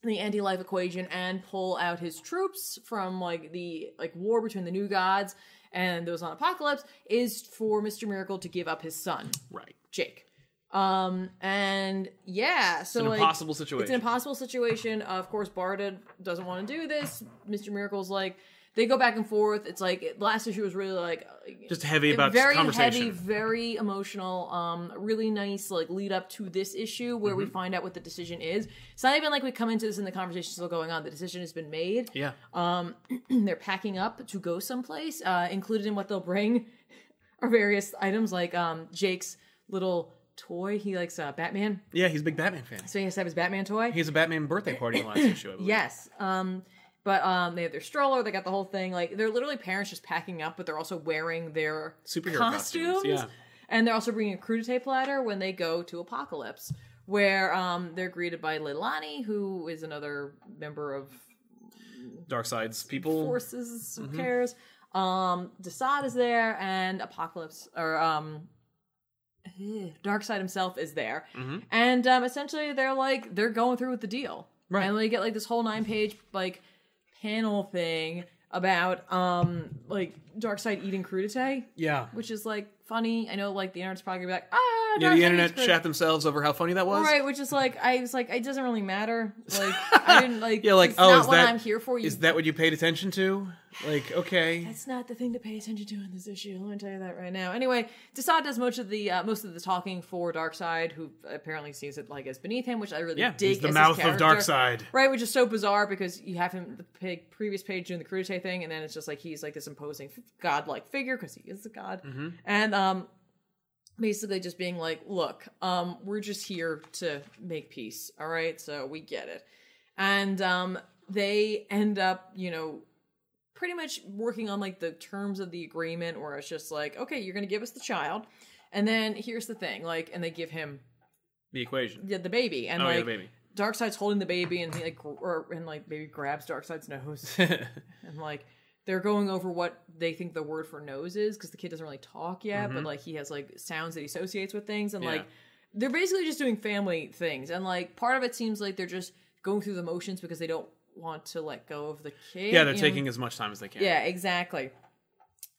the anti-life equation and pull out his troops from like the like war between the new gods and those on apocalypse is for Mister Miracle to give up his son
Right.
Jake. Um, and yeah, so
An
like,
impossible
it's an
situation.
impossible situation. Of course, Barda doesn't want to do this. Mr. Miracle's like, they go back and forth. It's like, it- last issue was really like, uh,
Just heavy about
very
conversation.
heavy, very emotional, um, really nice, like, lead up to this issue where
Mm-hmm.
we find out what the decision is. It's not even like we come into this and the conversation's still going on. The decision has been made.
Yeah.
They're packing up to go someplace. Uh, included in what they'll bring <laughs> are various items like, um, Jake's little toy. He likes, uh, Batman.
yeah, he's a big Batman fan.
So he has to have his Batman toy.
He has a Batman birthday party
<laughs>
last issue, I believe.
Yes. Um, but um, they have their stroller. They got the whole thing. Like they're literally parents just packing up, but they're also wearing their
Superhero costumes, yeah.
And they're also bringing a crudité platter when they go to Apocalypse, where um, they're greeted by Leilani, who is another member of
Darkseid's people.
forces.
Mm-hmm.
Who cares? Um, Desaad is there, and Apocalypse or um, Darkseid himself is there,
Mm-hmm.
and um, essentially they're like they're going through with the deal,
Right.
And they get like this whole nine page like panel thing about um like Darkseid eating crudité,
Yeah.
which is like funny. I know like the internet's probably gonna be like ah,
Yeah, the
Darkseid
internet
eats crudité.
shat themselves over how funny that was.
Right, which is like I was like it doesn't
<laughs>
really matter. Like I didn't like
Yeah, like
it's
oh,
not
is
what
that
I'm here for. You
Is that what you paid attention to?
<sighs>
Like, okay,
That's not the thing to pay attention to in this issue. Let me tell you that right now. Anyway, Desaad does most of the uh, most of the talking for Darkseid, who apparently sees it like as beneath him, which I really
yeah,
dig.
he's the
as his
mouth of
character.
Darkseid.
right? Which is so bizarre because you have him the pig, previous page doing the crudité thing, and then it's just like he's like this imposing f- godlike figure because he is a god,
Mm-hmm.
and um, basically just being like, look, um, we're just here to make peace, all right? So we get it, and um, they end up, you know. Pretty much working on like the terms of the agreement, where it's just like, okay, you're gonna give us the child, and then here's the thing, like, and they give him
The equation.
the, the baby, and
Oh
like,
yeah, the <laughs> baby.
Darkseid's holding the baby and he like gr- or, and like baby grabs Darkseid's nose <laughs> and like they're going over what they think the word for nose is because the kid doesn't really talk yet, but like he has like sounds that he associates with things and
Mm-hmm. Yeah.
like they're basically just doing family things and like part of it seems like they're just going through the motions because they don't want to let go of the kid.
Yeah, they're
you know?
taking as much time as they can.
Yeah, exactly.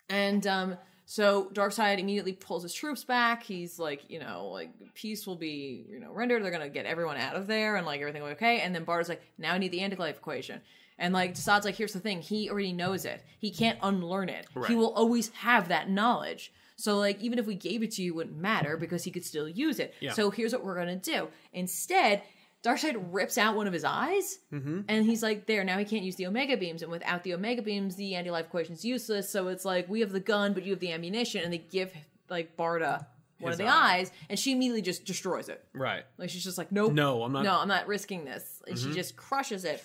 And um, so Darkseid immediately pulls his troops back. He's like, you know, like peace will be, you know, rendered. They're gonna get everyone out of there, and like everything will be okay. And then Barda's like, now I need the anti-life equation. And like Desaad's like, here's the thing. He already knows it. He can't unlearn it. He
Right.
will always have that knowledge. So like, even if we gave it to you, it wouldn't matter because he could still use it.
Yeah.
So here's what we're gonna do. Instead, Darkseid rips out one of his eyes,
Mm-hmm.
and he's like, "There now, he can't use the Omega beams, and without the Omega beams, the anti-life equation's useless." So it's like we have the gun, but you have the ammunition, and they give like Barda one
His
of the
eye.
eyes, and she immediately just destroys it.
Right.
Like she's just like, "Nope,
No, I'm not. Mm-hmm.
no, I'm not risking this. And she just crushes it.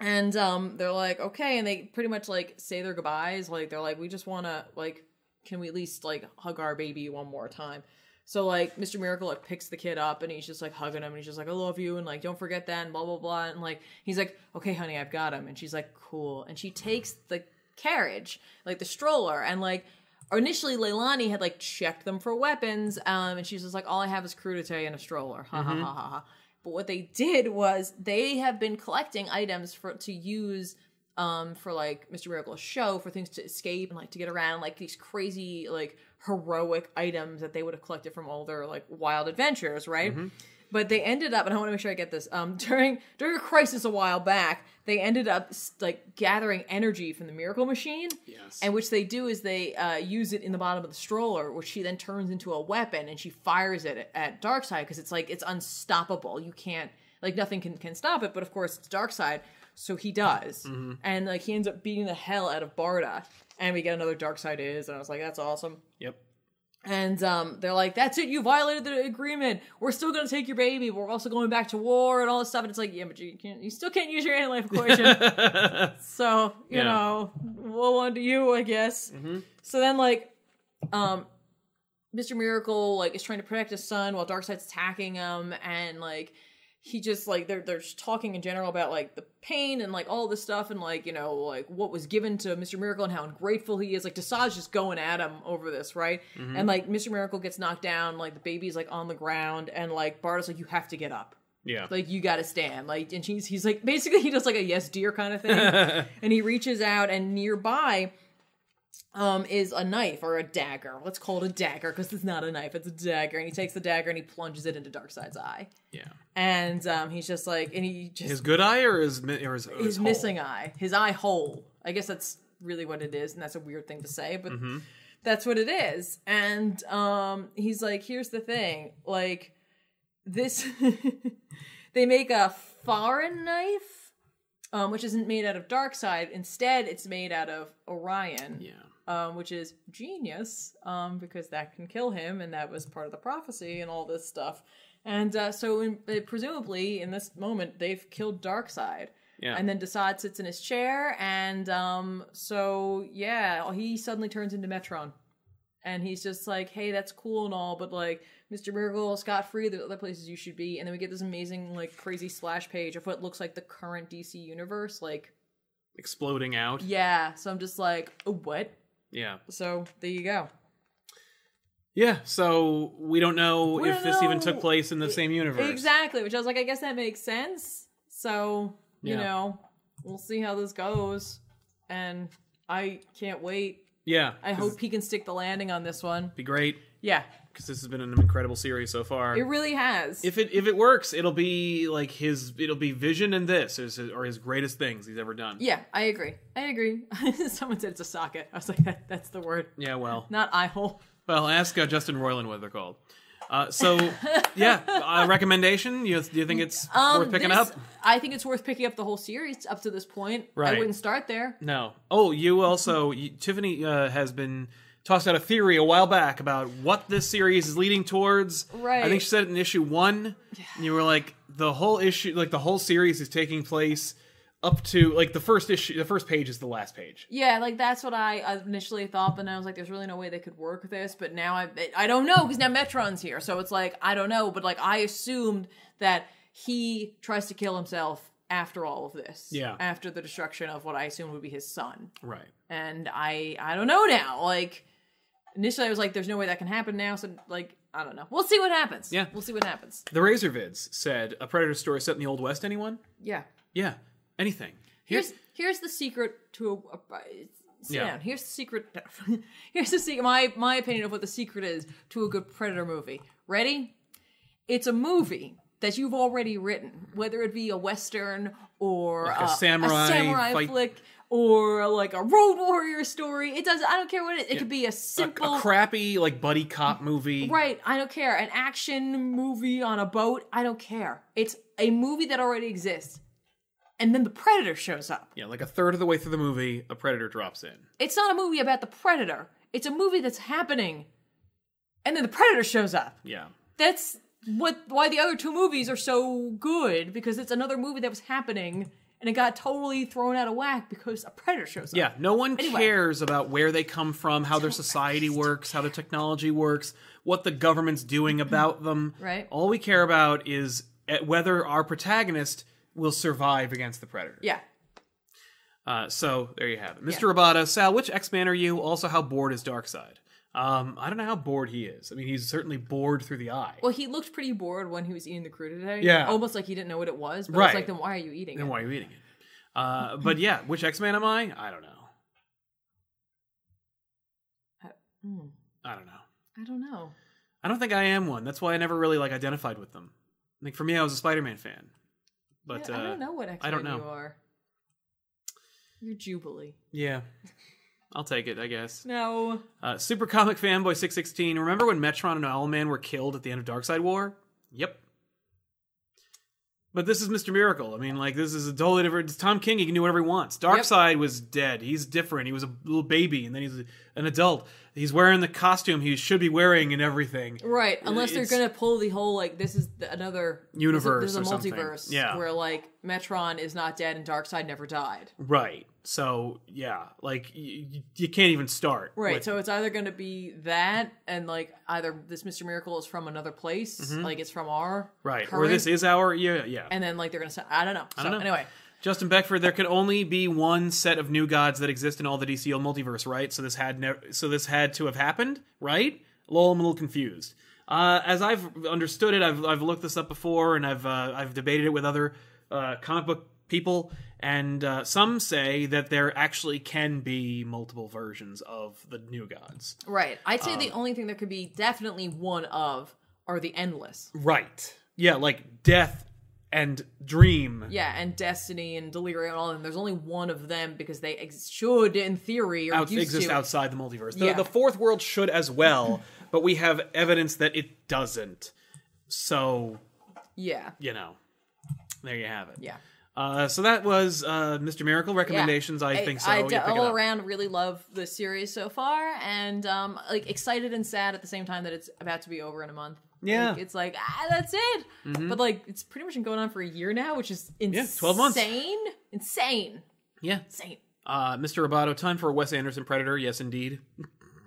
And um, they're like, okay, and they pretty much like say their goodbyes. Like they're like, we just want to like, can we at least like hug our baby one more time? So like, Mr. Miracle like picks the kid up and he's just like hugging him and he's just like, I love you and like don't forget that and blah blah blah and like he's like, okay, honey, I've got him. And she's like, cool. And she takes the carriage, like the stroller, and like initially Leilani had like checked them for weapons, um, and she's just like, "All I have is crudité and a stroller." Ha ha ha ha ha. But what they did was they have been collecting items for to use um, for like Mr. Miracle's show for things to escape and like to get around, like these crazy like heroic items that they would have collected from all their like wild adventures, right? But they ended up, and I want to make sure I get this. Um, <laughs> during during a crisis a while back, they ended up s- like gathering energy from the Miracle Machine,
Yes.
and which they do is they uh, use it in the bottom of the stroller, which she then turns into a weapon and she fires it at Darkseid because it's like it's unstoppable. You can't like nothing can can stop it. But of course it's Darkseid, so he does, and like he ends up beating the hell out of Barda, and we get another Darkseid is, and I was like that's awesome. <laughs>
Yep.
And um, they're like, "That's it. You violated the agreement. We're still gonna take your baby. We're also going back to war and all this stuff." And it's like, "Yeah, but you can't. You still can't use your anti-life equation. so you
Yeah.
know, woe unto you, I guess." So then, like, um, Mister Miracle like is trying to protect his son while Darkseid's attacking him, and like he just like they're they're just talking in general about like the pain and like all this stuff and like you know like what was given to Mr. Miracle and how ungrateful he is. Like Desage just going at him over this, right? And like Mr. Miracle gets knocked down, like the baby's like on the ground, and like Bart is like, you have to get up.
Yeah.
Like you gotta stand. Like and she's he's like basically he does like a yes dear kind of thing. and he reaches out and nearby um is a knife or a dagger. Let's call it a dagger because it's not a knife, it's a dagger. And he takes the dagger and he plunges it into Darkseid's eye.
yeah.
And um he's just like and he just
His good eye or his mi- or his, his
his
hole?
missing eye. His eye hole. I guess that's really what it is, and that's a weird thing to say, but
Mm-hmm.
that's what it is. And um he's like, here's the thing, like this <laughs> they make a foreign knife, um, which isn't made out of dark side. Instead, it's made out of Orion
Yeah.
um, which is genius um, because that can kill him, and that was part of the prophecy and all this stuff. And uh, so, in, uh, presumably, in this moment, they've killed Darkseid.
Yeah.
And then Desaad sits in his chair, and um, so yeah, he suddenly turns into Metron, and he's just like, "Hey, that's cool and all, but like, Mr. Miracle, Scott Free, there's other places you should be." And then we get this amazing, like, crazy splash page of what looks like the current DC universe. Like,
Exploding out.
yeah, so I'm just like, oh, "What?"
Yeah.
So there you go.
Yeah. So we don't know
We
if
don't
this even
know. E-,
took place in the same universe.
Exactly, which I was like, I guess that makes sense. So, you
Yeah.
know, we'll see how this goes. And I can't wait.
Yeah.
I
'cause
hope he can stick the landing on this one.
it'd be great
Yeah,
because this has been an incredible series so far.
it really has.
if it if it works, it'll be like his it'll be Vision and this is his, or his greatest things he's ever done.
yeah, I agree. I agree. <laughs> Someone said it's a socket. I was like, that, that's the word,
Yeah, well,
not eye hole.
well, ask uh, Justin Roiland what they're called. Uh,
<laughs>
so, yeah, uh, recommendation. You do you think it's
Um,
worth picking
this-
up?
I think it's worth picking up the whole series up to this point.
Right.
I wouldn't start there.
No. Oh, you also you, Tiffany uh, has been tossed out a theory a while back about what this series is leading towards.
Right.
I think she said it in issue one. And you were like the whole issue, like the whole series is taking place up to like the first issue. The first page is the last page.
Yeah, like that's what I initially thought, but then I was like, there's really no way they could work this. But now I, I don't know because now Metron's here, so it's like I don't know. But like I assumed that he tries to kill himself after all of this.
Yeah.
After the destruction of what I assumed would be his son,
Right.
and I, I don't know now. Like initially, I was like, there's no way that can happen now. So like I don't know. We'll see what happens.
Yeah.
We'll see what happens.
The Razorvids said a predator story set in the Old West. Anyone?
Yeah.
Yeah. Anything.
Here's here's the secret to a, a sit
Yeah.
down. Here's the secret. <laughs> here's the secret. My my opinion of what the secret is to a good predator movie. Ready? It's a movie that you've already written, whether it be a western or
a
uh,
samurai
samurai
fight-
flick or like a road warrior story. It does. I don't care what it. It could be a simple.
a crappy like buddy cop movie.
Right, I don't care. An action movie on a boat, I don't care. It's a movie that already exists. And then the predator shows up.
Yeah, like a third of the way through the movie, a predator drops in.
It's not a movie about the predator. It's a movie that's happening, and then the predator shows up.
Yeah.
That's what why the other two movies are so good because it's another movie that was happening and it got totally thrown out of whack because a predator shows up.
Yeah, no one
Anyway.
cares about where they come from, how their society works, how their technology works, what the government's doing about them.
<clears throat> Right.
All we care about is at whether our protagonist will survive against the predator.
yeah.
Uh, so there you have it, Mr. Roboto. Sal, which X Man are you? Also, how bored is Darkseid? Um, I don't know how bored he is. I mean, he's certainly bored through the eye.
Well, he looked pretty bored when he was eating the crew today.
Yeah.
almost like he didn't know what it was. But
Right.
it's like, then why are you eating
then
it?
why are you eating it? Uh, but yeah, which X Man am I? I don't know.
hmm.
I don't know.
I don't know.
I don't think I am one. That's why I never really like identified with them. Like for me, I was a Spider-Man fan, but
Yeah,
uh,
I don't know what X
I don't
Men you
know.
are. You're Jubilee. <laughs>
yeah, I'll take it, I guess.
No.
Uh, Super comic fanboy six sixteen. Remember when Metron and Owlman were killed at the end of Dark Side War? Yep. But this is Mr. Miracle. I mean, like this is a totally different. It's Tom King. He can do whatever he wants. Dark Side was dead. He's different. He was a little baby, and then he's an adult. He's wearing the costume he should be wearing and everything.
Right, unless they're
it's-
gonna pull the whole like this is the, another there's a-
Universe
There's a,
or something.
multiverse
Yeah.
where like Metron is not dead and Darkseid never died.
Right. So yeah, like you, you can't even start.
Right.
with-
so it's either going to be that and like either this Mr. Miracle is from another place, like it's from our
Mm-hmm. right. Or
current-
this is our yeah yeah.
and then like they're going to I don't know. So
don't know.
anyway,
Justin Beckford, there could only be one set of new gods that exist in all the DCL multiverse, right? So this had never, so this had to have happened, right? Lol, I'm a little confused. Uh, as I've understood it, I've I've looked this up before, and I've uh, I've debated it with other uh, comic book people, and uh, some say that there actually can be multiple versions of the new gods.
right. I'd say
Um,
the only thing there could be definitely one of are the endless.
Right? Yeah, like death and dream.
Yeah, and Destiny and Delirium and all of them. There's only one of them because they ex- should, in theory, or
out,
used
exist
to.
outside the multiverse. The,
Yeah.
the fourth world should as well, <laughs> but we have evidence that it doesn't. So
Yeah,
you know, there you have it.
yeah.
Uh, so that was uh, Mr. Miracle
Yeah.
recommendations. I, think so.
I
You
d-
pick it
all
up.
around really love the series so far, and um, like excited and sad at the same time that it's about to be over in a month.
Yeah. Mm-hmm.
Like, it's like ah, that's it. But like, it's pretty much been going on for a year now, which is insane.
12 months.
Insane, insane,
Yeah,
insane.
uh, Mr. Roboto, time for a Wes Anderson Predator. Yes, indeed.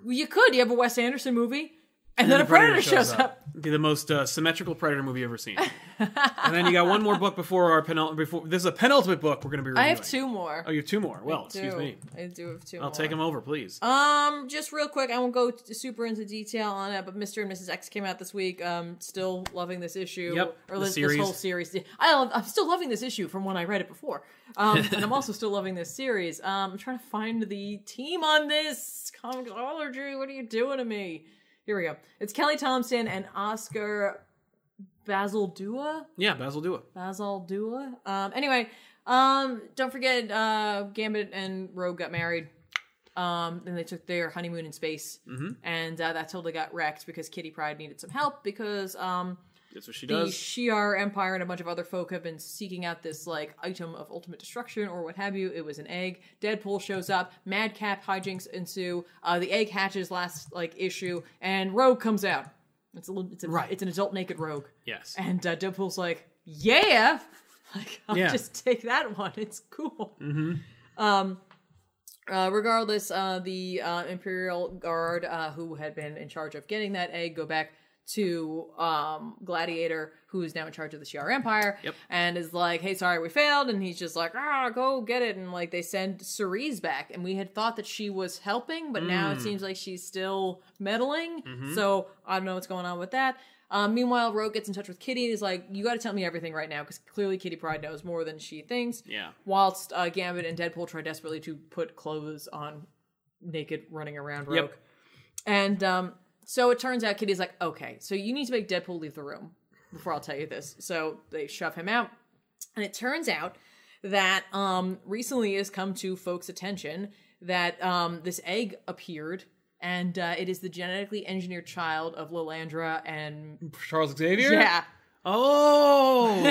Well, you could. You have a Wes Anderson movie, and, then a Predator, shows up.
Be the most uh, symmetrical Predator movie ever
<laughs>
seen. and then you got one more book before our penultimate. Before this is a penultimate book we're going to be reviewing.
I have two more.
Oh, you have two more. Well,
Two.
excuse me.
I do have two.
I'll take them over, please.
Um, just real quick, I won't go t- super into detail on it, but Mr. and Mrs. X came out this week. Um, still loving this issue.
Yep,
or
the
this, this
series.
whole series. I love, I'm still loving this issue from when I read it before.
<laughs>
Um, and I'm also still loving this series. Um, I'm trying to find the team on this comicology. What are you doing to me? Here we go. It's Kelly Thompson and Oscar Basildua.
yeah, Basil, do it.
Basil Dua. Um, anyway, um, don't forget uh, Gambit and Rogue got married. Um, and they took their honeymoon in space, mm-hmm. and uh, that totally got wrecked because Kitty Pride needed some help because um,
That's what she
the
does.
Shi'ar Empire and a bunch of other folk have been seeking out this like item of ultimate destruction or what have you. It was an egg. Deadpool shows up. Madcap hijinks ensue. Uh, the egg hatches last like issue, and Rogue comes out. It's a little, it's a,
Right.
It's an adult naked Rogue. <laughs>
yes.
And uh, Deadpool's like, yeah, <laughs> like I'll
Yeah.
just take that one. It's cool. Mm-hmm. Um, uh, regardless, uh, the uh, Imperial Guard, uh, who had been in charge of getting that egg, go back to um, Gladiator, who is now in charge of the Shi'ar Empire,
Yep.
and is like, "Hey, sorry, we failed." And he's just like, "Ah, go get it." And like they send Cerise back, and we had thought that she was helping, but now
Mm.
it seems like she's still meddling.
Mm-hmm.
So I don't know what's going on with that. Um, meanwhile, Rogue gets in touch with Kitty and is like, "You got to tell me everything right now, because clearly Kitty Pride knows more than she thinks."
Yeah.
whilst uh, Gambit and Deadpool try desperately to put clothes on naked running around Rogue.
Yep.
And um, so it turns out Kitty's like, okay, so you need to make Deadpool leave the room before I'll tell you this. So they shove him out. And it turns out that um, recently has come to folks' attention that um, this egg appeared. And uh, it is the genetically engineered child of Lilandra and
Charles Xavier?
yeah, <laughs>
Oh.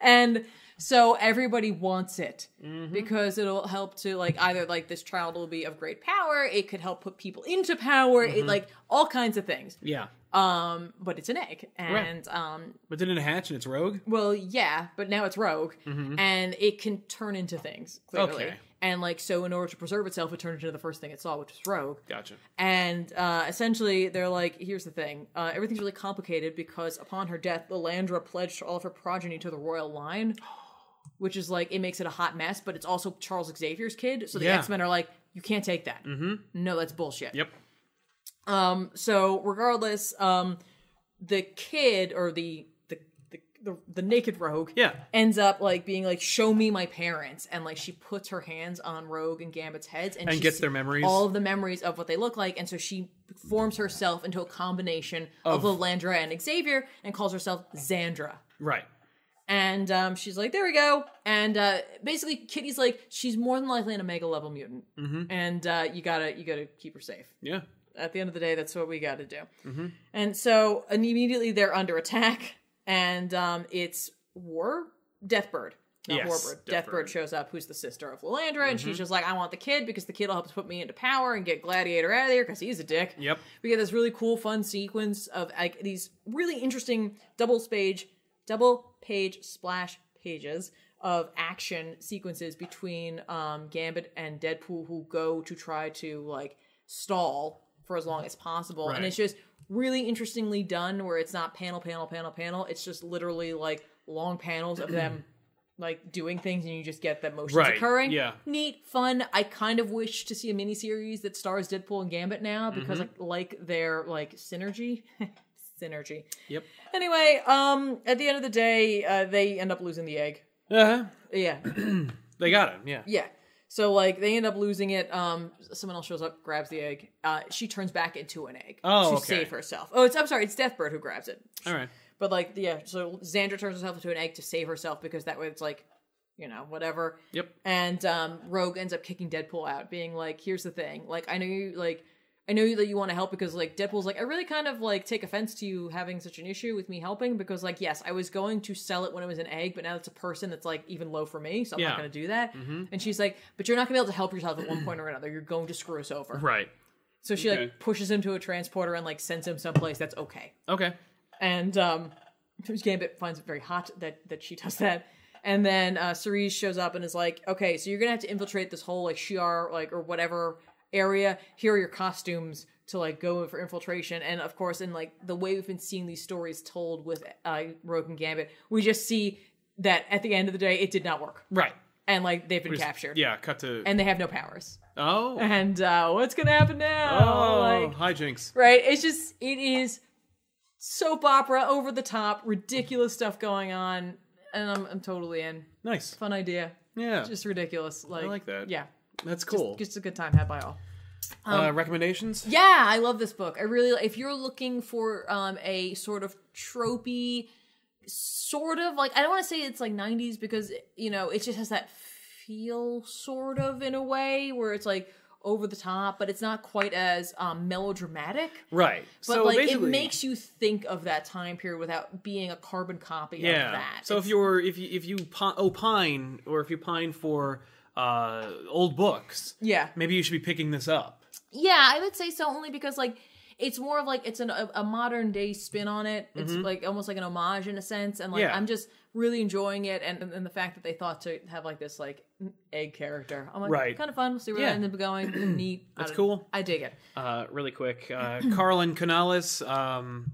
and so everybody wants it because it'll help to like either like this child will be of great power it could help put people into power it like all kinds of things
yeah.
um but it's an egg and um
But didn't it hatch and it's rogue?
well yeah but now it's rogue and it can turn into things clearly
Okay.
and like so in order to preserve itself it turned into the first thing it saw which was rogue
Gotcha.
and uh, essentially, they're like, here's the thing. Uh, everything's really complicated because upon her death, Lilandra pledged all of her progeny to the
<gasps>
royal line, which is like, it makes it a hot mess, but it's also Charles Xavier's kid. So the
Yeah.
X Men are like, you can't take that. Mm-hmm. No, that's bullshit.
Yep.
Um, so regardless, um, the kid or the, the, the, the, the naked rogue
Yeah.
ends up like being like, "Show me my parents," and like she puts her hands on Rogue and Gambit's heads and,
And
she
gets
see-
their memories.
all of the memories of what they look like, and so she forms herself into a combination of, Lilandra and Xavier, and calls herself Xandra.
Right.
And um, she's like, "There we go." And uh, basically, Kitty's like, she's more than likely an omega level mutant,
Mm-hmm.
and uh, you gotta you gotta keep her safe
Yeah.
at the end of the day, that's what we got to do. And so, and immediately they're under attack, and um, it's War Deathbird. Not
Yes,
Warbird.
Deathbird.
Deathbird. shows up, who's the sister of Lilandra, and she's just like, "I want the kid because the kid will help us put me into power and get Gladiator out of here because he's a dick."
Yep.
We get this really cool, fun sequence of like these really interesting double page, double page splash pages of action sequences between um, Gambit and Deadpool who go to try to like stall for as long as possible.
Right.
And it's just really interestingly done where it's not panel, panel, panel, panel. It's just literally like long panels of them like doing things and you just get the motions
Right,
occurring.
yeah.
Neat, fun. I kind of wish to see a miniseries that stars Deadpool and Gambit now
Mm-hmm.
because I like their like synergy. <laughs> synergy.
Yep.
Anyway, um at the end of the day, uh, they end up losing the egg.
Uh-huh.
Yeah. <coughs>
They got him. Yeah.
Yeah. So like they end up losing it. Um, someone else shows up, grabs the egg. Uh, she turns back into an egg
Oh,
to
okay.
save herself. Oh, it's I'm sorry, it's Deathbird who grabs it.
All right.
But like, yeah. So Xandra turns herself into an egg to save herself because that way it's like, you know, whatever.
Yep.
And um, Rogue ends up kicking Deadpool out, being like, "Here's the thing. Like, I know you like." I know that you want to help because like Deadpool's like I really kind of like take offense to you having such an issue with me helping because like yes I was going to sell it when it was an egg but now it's a person that's like even low for me so I'm
Yeah. Mm-hmm.
not going to do that and she's like but you're not going to be able to help yourself at one point or another you're going to screw
<laughs>
us over
Right.
so she
Okay.
like pushes him to a transporter and like sends him someplace that's okay
Okay.
and um, Gambit finds it very hot that that she does that. And then uh, Cerise shows up and is like, "Okay, so you're gonna have to infiltrate this whole like Shi'ar like or whatever area. Here are your costumes to like go for infiltration." And of course, in like the way we've been seeing these stories told with uh, Rogue and Gambit, we just see that at the end of the day, it did not work,
Right.
and like they've been
Just-
captured,
Yeah. Cut to.
and they have no powers.
oh.
<laughs> And uh, what's gonna happen now?
oh.
Like,
hijinks.
right? It's just it is soap opera, over the top, ridiculous stuff going on, and I'm I'm totally in.
Nice.
Fun idea,
Yeah.
just ridiculous. Like,
like that.
Yeah,
That's cool.
just um, a good time had by all.
uh, recommendations.
Yeah, I love this book. I really, if you're looking for um, a sort of tropey, sort of like, I don't want to say it's like 90s because, you know, it just has that feel sort of in a way where it's like over the top, but it's not quite as um, melodramatic.
Right.
But
so
like
basically,
it makes you think of that time period without being a carbon copy
yeah.
of that.
So if you're if you if you po- opine or if you pine for uh old books,
yeah,
maybe you should be picking this up.
yeah, I would say so only because like it's more of like it's an, a, a modern day spin on it. It's like almost like an homage in a sense, and like
Mm-hmm. Yeah.
I'm just really enjoying it, and, and and the fact that they thought to have like this like egg character, I'm like
Right.
kind of fun. We'll see where
Yeah.
that ends up going. <clears throat> Neat, I
That's
don't-
cool.
I dig it.
Uh, really quick, uh, Carlin Canales. Um,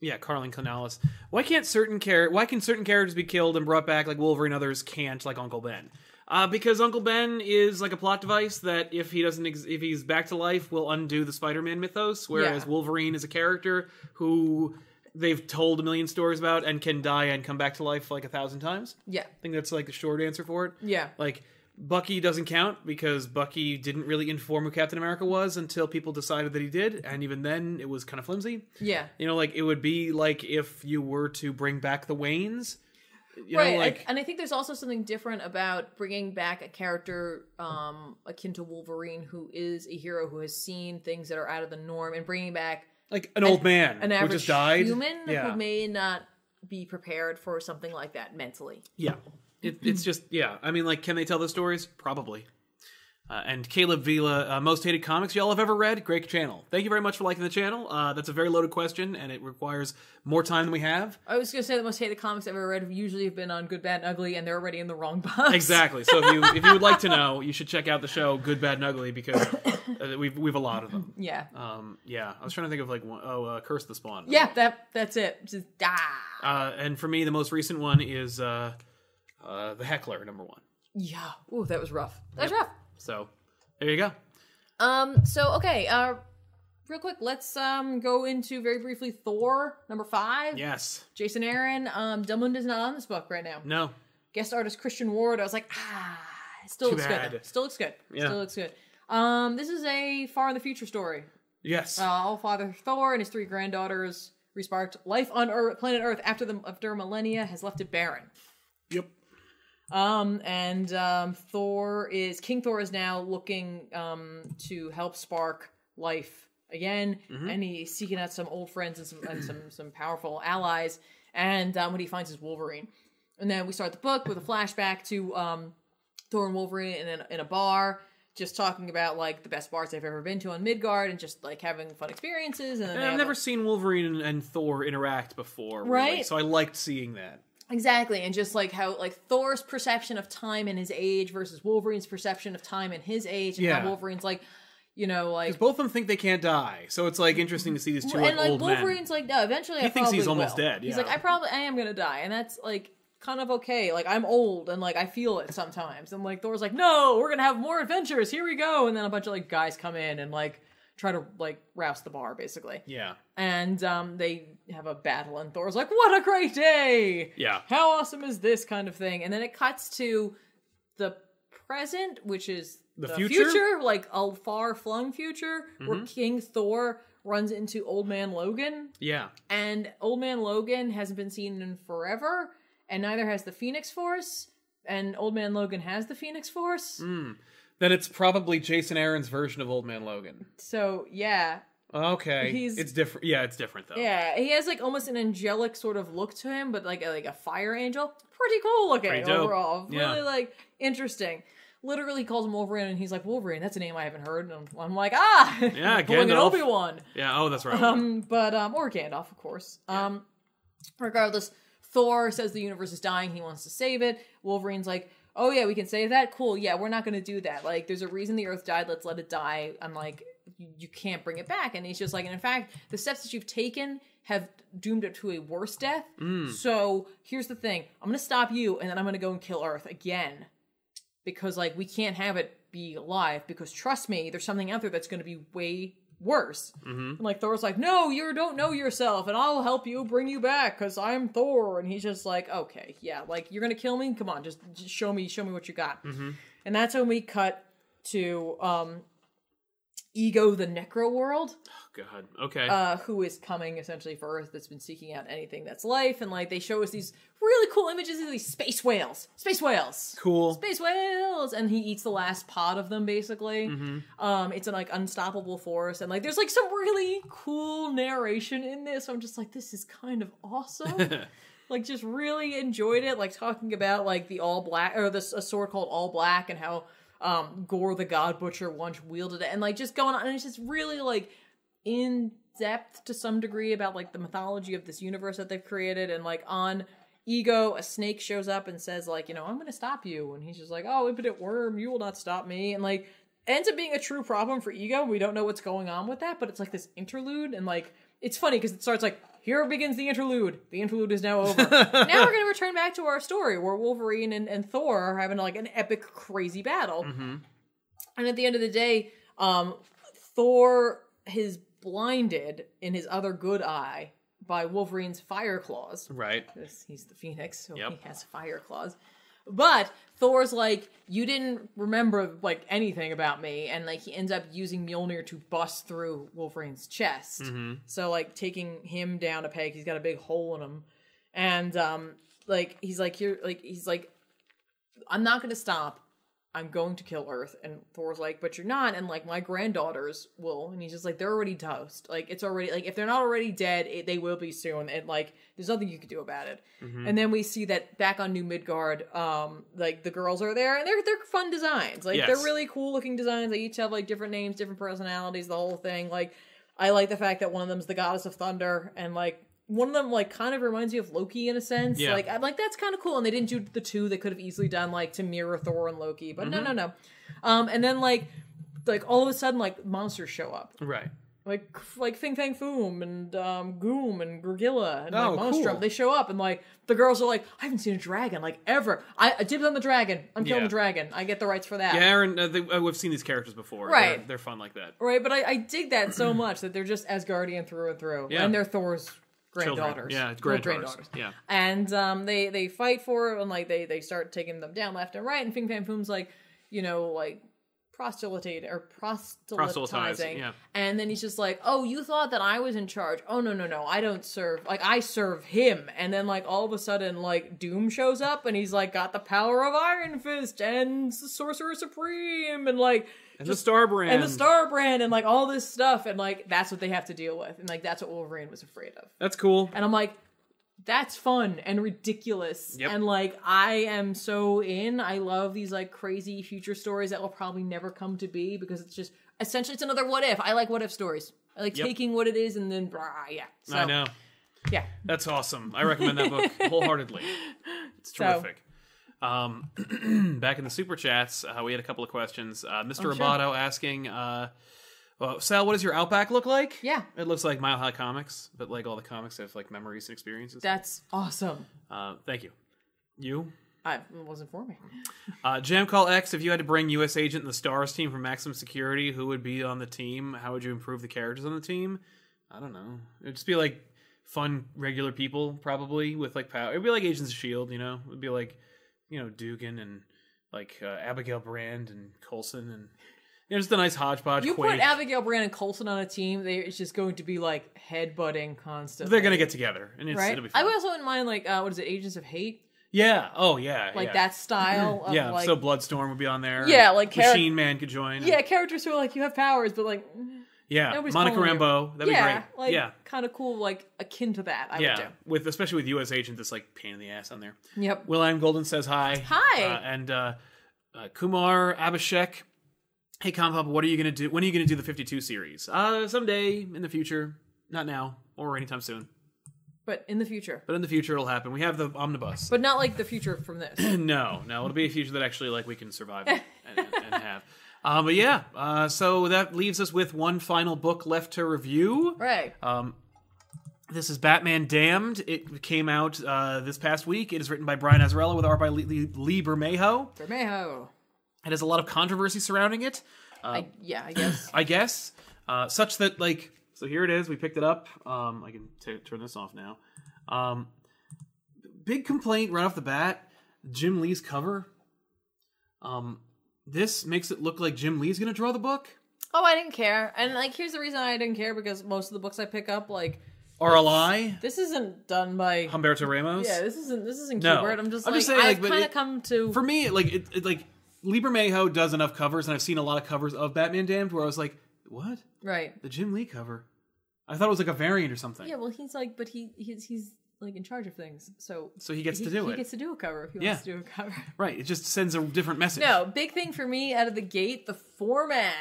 yeah, Carlin Canales. Why can't certain char- Why can certain characters be killed and brought back like Wolverine? Others can't, like Uncle Ben. Uh, because Uncle Ben is like a plot device that if he doesn't ex- if he's back to life will undo the Spider-Man mythos. Whereas
Yeah.
Wolverine is a character who they've told a million stories about and can die and come back to life like a thousand times.
Yeah,
I think that's like the short answer for it.
yeah,
Like Bucky doesn't count because Bucky didn't really inform who Captain America was until people decided that he did, and even then it was kind of flimsy.
yeah.
You know, like it would be like if you were to bring back the Waynes. You
right
know,
I-
like
and i think there's also something different about bringing back a character um akin to wolverine who is a hero who has seen things that are out of the norm and bringing back
like an old man
an
who
average
just died.
human
yeah,
who may not be prepared for something like that mentally
yeah. It, it's just yeah. I mean, like, can they tell the stories? Probably. Uh, and Caleb Vila, uh, most hated comics y'all have ever read. Great channel. Thank you very much for liking the channel. Uh, that's a very loaded question, and it requires more time than we have.
i was gonna say the most hated comics i've ever read have usually have been on good bad and ugly and they're already in the wrong <laughs> box
Exactly. So if you if you would like to know, you should check out the show Good, Bad, and Ugly because uh, we've we've a lot of them.
yeah
Um, yeah, I was trying to think of like one, oh, uh, Curse the Spawn.
yeah that that's it just ah
Uh, and for me, the most recent one is uh, uh, the Heckler number one.
yeah Ooh, that was rough that was rough
So there you go.
um so okay uh real quick let's um go into very briefly thor number five
Yes.
Jason Aaron, um, Delmund is not on this book right now.
No.
Guest artist Christian Ward. I was like, ah, it still
Too
looks
bad.
good. though. Still looks good.
Yeah.
Still looks good. Um, this is a far in the future story.
Yes.
Uh, All Father Thor and his three granddaughters resparked life on Earth, planet Earth after the after millennia has left it barren.
yep.
Um, and um, Thor is King Thor is now looking um, to help spark life again, and he's seeking out some old friends and some and some <clears throat> some powerful allies. And um, what he finds is Wolverine. And then we start the book with a flashback to um, Thor and Wolverine in a, in a bar, just talking about like the best bars they've ever been to on Midgard, and just like having fun experiences. And, then
And
they
I've
have,
never seen Wolverine and, and Thor interact before, really,
Right.
So I liked seeing that.
Exactly, and just like how like Thor's perception of time and his age versus Wolverine's perception of time and his age, and
Yeah.
how Wolverine's like, you know, like,
Because both of them think they can't die, so it's like interesting to see these two
and
like
like
old men.
Wolverine's like, no, eventually
He
I
thinks he's
probably
almost
will."
dead,
He's
yeah.
like, I probably I am gonna die, and that's like kind of okay. Like I'm old, and like I feel it sometimes. And like Thor's like, no, we're gonna have more adventures. Here we go, and then a bunch of like guys come in and like try to like rouse the bar basically,
Yeah,
and um they have a battle, and Thor's like, what a great day.
yeah.
how awesome is this kind of thing and then it cuts to the present which is
The future? Mm-hmm.
like a far flung future where king thor runs into old man logan
Yeah.
and old man logan hasn't been seen in forever and neither has the phoenix force and old man logan has the phoenix force
Mm. Then it's probably Jason Aaron's version of Old Man Logan.
so yeah
Okay.
He's-
It's different. Yeah, it's different though.
yeah he has like almost an angelic sort of look to him but like a, like a fire angel pretty cool looking
Pretty dope.
overall
Yeah.
really like interesting literally calls him wolverine and he's like wolverine that's a name i haven't heard and i'm, I'm like ah <laughs>
Yeah,
pulling an
Gandalf.
obi-wan
Yeah, Oh, that's right.
<laughs> um but um or gandalf of course um regardless thor says the universe is dying he wants to save it wolverine's like oh yeah we can save that cool yeah we're not gonna do that like there's a reason the earth died let's let it die i'm like you you can't bring it back and he's just like and in fact the steps that you've taken have doomed it to a worse death so here's the thing i'm gonna stop you and then i'm gonna go and kill earth again because like we can't have it be alive because trust me there's something out there that's going to be way worse and like thor's like no you don't know yourself and i'll help you bring you back because i'm thor and he's just like okay yeah like you're gonna kill me come on just, just show me show me what you got and that's when we cut to um ego the necro world
Oh, God. Okay.
uh, who is coming essentially for Earth that's been seeking out anything that's life. And like they show us these really cool images of these space whales. Space whales.
cool.
Space whales. And he eats the last pod of them basically. Um, it's an like unstoppable force. And like there's like some really cool narration in this. I'm just like, this is kind of awesome. like just really enjoyed it like talking about like the all black or this a sword called all black and how um gore the god butcher once wielded it and like just going on and it's just really like in depth to some degree about like the mythology of this universe that they've created and like on ego a snake shows up and says like you know i'm gonna stop you and he's just like oh impotent worm you will not stop me and like ends up being a true problem for ego we don't know what's going on with that but it's like this interlude and like it's funny because it starts like here begins the interlude the interlude is now over now we're gonna return back to our story where wolverine and, and thor are having like an epic crazy battle and at the end of the day, um, Thor is blinded in his other good eye by Wolverine's fire claws.
Right.
This- He's the Phoenix, so
Yep.
he has fire claws. But Thor's like, you didn't remember like anything about me, and like he ends up using Mjolnir to bust through Wolverine's chest. So like taking him down a peg, he's got a big hole in him, and um, like he's like here, like he's like, I'm not gonna stop. I'm going to kill Earth. And Thor's like, but you're not. And like, my granddaughters will. And he's just like, they're already toast. Like, it's already, like, if they're not already dead, it, they will be soon. And like, there's nothing you can do about it. And then we see that back on New Midgard, um, like, the girls are there and they're, they're fun designs. Like,
Yes.
they're really cool looking designs. They each have like different names, different personalities, the whole thing. Like, I like the fact that one of them's the goddess of thunder and like, one of them like kind of reminds you of Loki in a sense.
Yeah.
Like I like that's kind of cool. And they didn't do the two. They could have easily done like to mirror Thor and Loki, but no, no,
Mm-hmm.
no. Um, and then like like all of a sudden like monsters show up,
Right.
like like Fing Fang Foom and um Goom and Gorgilla and
Oh,
like Monstrum.
cool.
They show up and like the girls are like, I haven't seen a dragon like ever. I, I dibs on the dragon. I'm killing
Yeah.
the dragon. I get the rights for that.
Yeah, Aaron. Uh, they, uh, we've seen these characters before.
Right.
They're, they're fun like that.
Right, but I, I dig that so <clears throat> much that they're just Asgardian through and through,
Yeah.
and they're Thor's
Children.
granddaughters.
Yeah,
Well,
granddaughters. Yeah.
and um, they they fight for it, and like they they start taking them down left and right, and Fing Fang Foom's like, you know, like proselytate or proselytizing,
Proselytizing, yeah.
and then he's just like, oh, you thought that I was in charge? Oh no no no, I don't serve. Like I serve him, and then like all of a sudden like Doom shows up, and he's like got the power of Iron Fist and the Sorcerer Supreme, and like
And the Star Brand.
and the star brand and like all this stuff and like that's what they have to deal with and like that's what wolverine was afraid of
That's cool.
and i'm like that's fun and ridiculous
Yep.
and like i am so in i love these like crazy future stories that will probably never come to be because it's just essentially it's another what if i like what if stories i like
Yep.
taking what it is and then brah, yeah so
I know.
Yeah.
That's awesome. I recommend that
<laughs>
book wholeheartedly. It's
So-
terrific. Um, <clears throat> back in the super chats, uh, we had a couple of questions. Uh, Mr.
Oh, sure.
Roboto asking, uh, well, Sal, what does your Outback look like?
Yeah.
It looks like Mile High Comics, but like all the comics have like memories and experiences.
That's awesome.
Uh, thank you. You?
I, it wasn't for me.
Uh, Jam Call X, if you had to bring U.S. Agent and the Stars team from Maximum Security, who would be on the team? How would you improve the characters on the team? I don't know. It'd just be like fun, regular people, probably with like power. It'd be like Agents of Shield, E you know. It'd be like you know Dugan and like uh, Abigail Brand and Coulson and you know, just a nice hodgepodge.
You
Quake.
put Abigail Brand and Colson on a team, they, it's just going to be like headbutting constantly.
They're gonna get together, and it's,
right.
it'll be
I
fun.
also wouldn't mind like uh, what is it, Agents of Hate,
yeah. Oh yeah.
like
yeah.
that style. Of,
<clears throat> Yeah.
like,
so Bloodstorm would be on there.
Yeah, like Cara-
Machine Man could join.
yeah, characters who are like you have powers, but like
Yeah.
Nobody's
Monica
calling you.
Rambeau. That'd
yeah,
be great.
like
yeah.
kind of cool, like akin to that. I
yeah,
would
with especially with U.S. agents, it's like pain in the ass on there.
do. Yep.
Will Am Golden says hi.
Hi.
uh, and uh, uh, Kumar Abhishek. Hey, Compop, what are you gonna do? When are you gonna do the Fifty Two series? Uh, someday in the future, not now or anytime soon,
But in the future,
but in the future it'll happen. We have the omnibus.
but not like the future
<coughs>
from this.
<laughs> no, no, it'll be a future that actually like we can
<laughs>
survive and, and, and have. Uh, but yeah, uh, so that leaves us with one final book left to review.
right.
Um, this is Batman Damned. It came out uh, this past week. It is written by Brian Azarello with art by Lee, Lee, Lee Bermejo.
Bermejo.
It has a lot of controversy surrounding it,
oh. I, yeah, I guess. <coughs>
I guess, uh, such that like so here it is. We picked it up. Um, I can t- turn this off now. Um, big complaint right off the bat: Jim Lee's cover. Um, this makes it look like Jim Lee's going to draw the book.
oh, I didn't care, and like here's the reason I didn't care because most of the books I pick up, like
RLI,
this isn't done by.
Humberto Ramos.
Yeah, this isn't this isn't
No.
Kubert. I'm just
I'm
like
just saying, like,
I've
but
kind of
it-
come to.
for me, like it, it like Lieber Mayho does enough covers, and I've seen a lot of covers of Batman Damned where I was like, what?
right.
The Jim Lee cover? I thought it was like a variant or something.
Yeah, well, he's like, but he he's he's like in charge of things, so
So he gets to do
he
it.
gets to do a cover if he
Yeah.
wants to do a cover.
right. It just sends a different message.
No, big thing for me out of the gate, the format.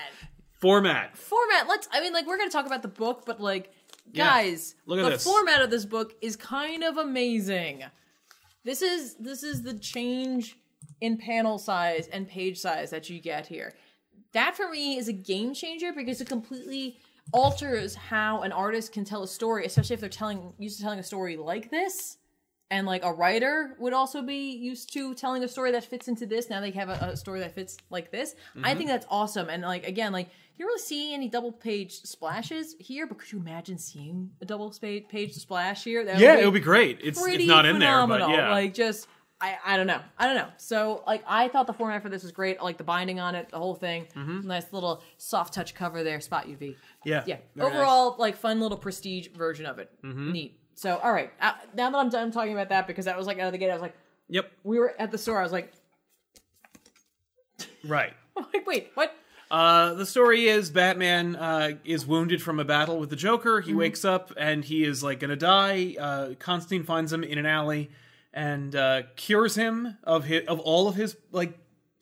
Format.
Format. Let's. I mean, like we're gonna talk about the book, but like,
Yeah.
guys,
Look at
the
this.
format of this book is kind of amazing. This is this is the change in panel size and page size that you get here. That for me is a game changer because it completely alters how an artist can tell a story, especially if they're telling used to telling a story like this. And like a writer would also be used to telling a story that fits into this. Now they have a, a story that fits like this.
Mm-hmm.
I think that's awesome. And like again, like you don't really see any double page splashes here, but could you imagine seeing a double spa- page splash here? That
Yeah, it would be great. It's, it's
pretty
not in there,
phenomenal.
but yeah.
Like just I, I don't know. I don't know. So like I thought the format for this was great. I like the binding on it, the whole thing. Nice little soft touch cover there, spot UV.
Mm-hmm. yeah.
Yeah.
Very nice. Mm-hmm.
Overall, like fun little prestige version of it. Neat. So all right. Uh, now that I'm done talking about that because that was like out of the gate, I was like,
Yep.
we were at the store. I was like, <laughs>
Right.
I'm like wait, what?
Uh, the story is Batman uh, is wounded from a battle with the Joker. He wakes up and he is like gonna die. Uh, Constantine finds him in an alley and uh, cures him of his, of all of his like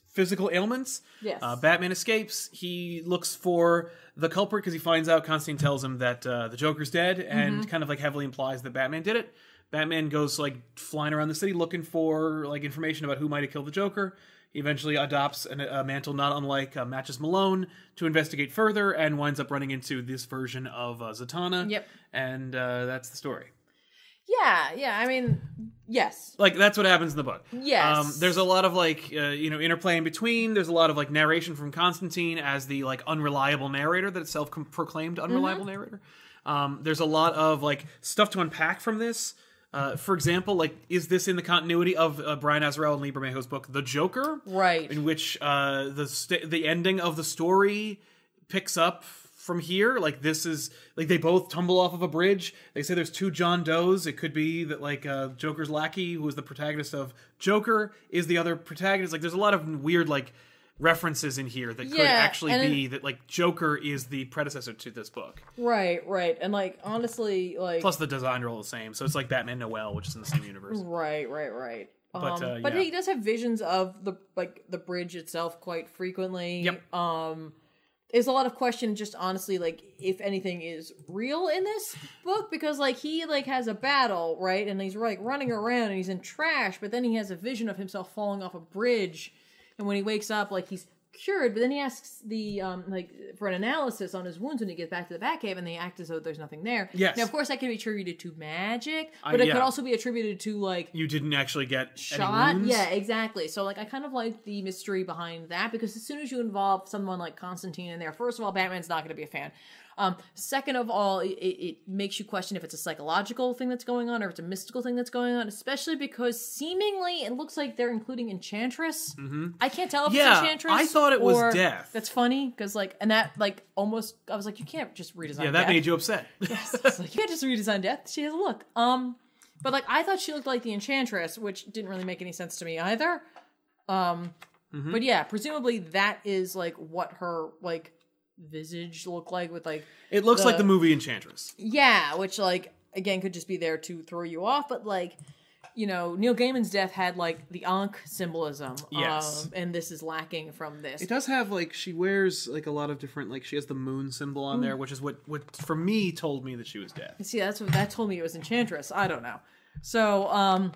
physical ailments.
Yes.
Uh, Batman escapes. He looks for the culprit because he finds out Constantine tells him that uh, the Joker's dead and kind of like heavily implies that Batman did it. Batman goes like flying around the city looking for like information about who might have killed the Joker. He eventually adopts an, a mantle not unlike uh, Matches Malone to investigate further and winds up running into this version of uh, Zatanna.
Yep.
And uh, that's the story.
Yeah, yeah. I mean, yes.
Like that's what happens in the book. Um,
Yes.
there's a lot of like uh, you know interplay in between. There's a lot of like narration from Constantine as the like unreliable narrator that self proclaimed unreliable narrator. Um, there's a lot of like stuff to unpack from this. Uh, for example, like is this in the continuity of uh, Brian Azarello and Lee Bermejo's book The Joker?
Right.
In which uh, the st- the ending of the story picks up from here. Like this is like they both tumble off of a bridge. They say there's two John Does. It could be that like uh, Joker's lackey, who is the protagonist of Joker, is the other protagonist. Like there's a lot of weird like references in here that could
Yeah,
actually
and
be that like Joker is the predecessor to this book.
Right, right. And like honestly, like
Plus the design are all the same, so it's like Batman Noel, which is in the same universe.
Right, right, right.
But,
um,
uh,
but
yeah.
he does have visions of the like the bridge itself quite frequently.
Yep.
Um, there's a lot of question just honestly like if anything is real in this book because like he like has a battle right and he's like running around and he's in trash but then he has a vision of himself falling off a bridge and when he wakes up like he's cured but then he asks the um like for an analysis on his wounds when he gets back to the Batcave and they act as though there's nothing there
Yes.
now of course that can be attributed to magic
I-
but it
yeah.
could also be attributed to like
You didn't actually get Any
shot.
wounds?
Yeah, exactly. So like I kind of like the mystery behind that because as soon as you involve someone like Constantine in there, first of all, Batman's not going to be a fan. Um, second of all, it, it it makes you question if it's a psychological thing that's going on or if it's a mystical thing that's going on, especially because seemingly it looks like they're including Enchantress. Mm-hmm. I can't tell if
Yeah,
it's Enchantress.
I thought it was
or-
Death.
That's funny because like and that like almost I was like you can't just redesign.
Yeah, that
Death.
made you upset.
It's like, you can't just redesign death. She has a look. Um, but like I thought she looked like the Enchantress, which didn't really make any sense to me either. Um, but yeah, presumably that is like what her like visage looked like with like
<laughs> it looks like
the-
the movie Enchantress.
yeah, which like again could just be there to throw you off, but like you know Neil Gaiman's death had like the Ankh symbolism.
Yes.
um, and this is lacking from this.
It does have like she wears like a lot of different like she has the moon symbol on
Mm.
there, which is what what for me told me that she was dead.
See, that's what that told me it was Enchantress. I don't know. So, um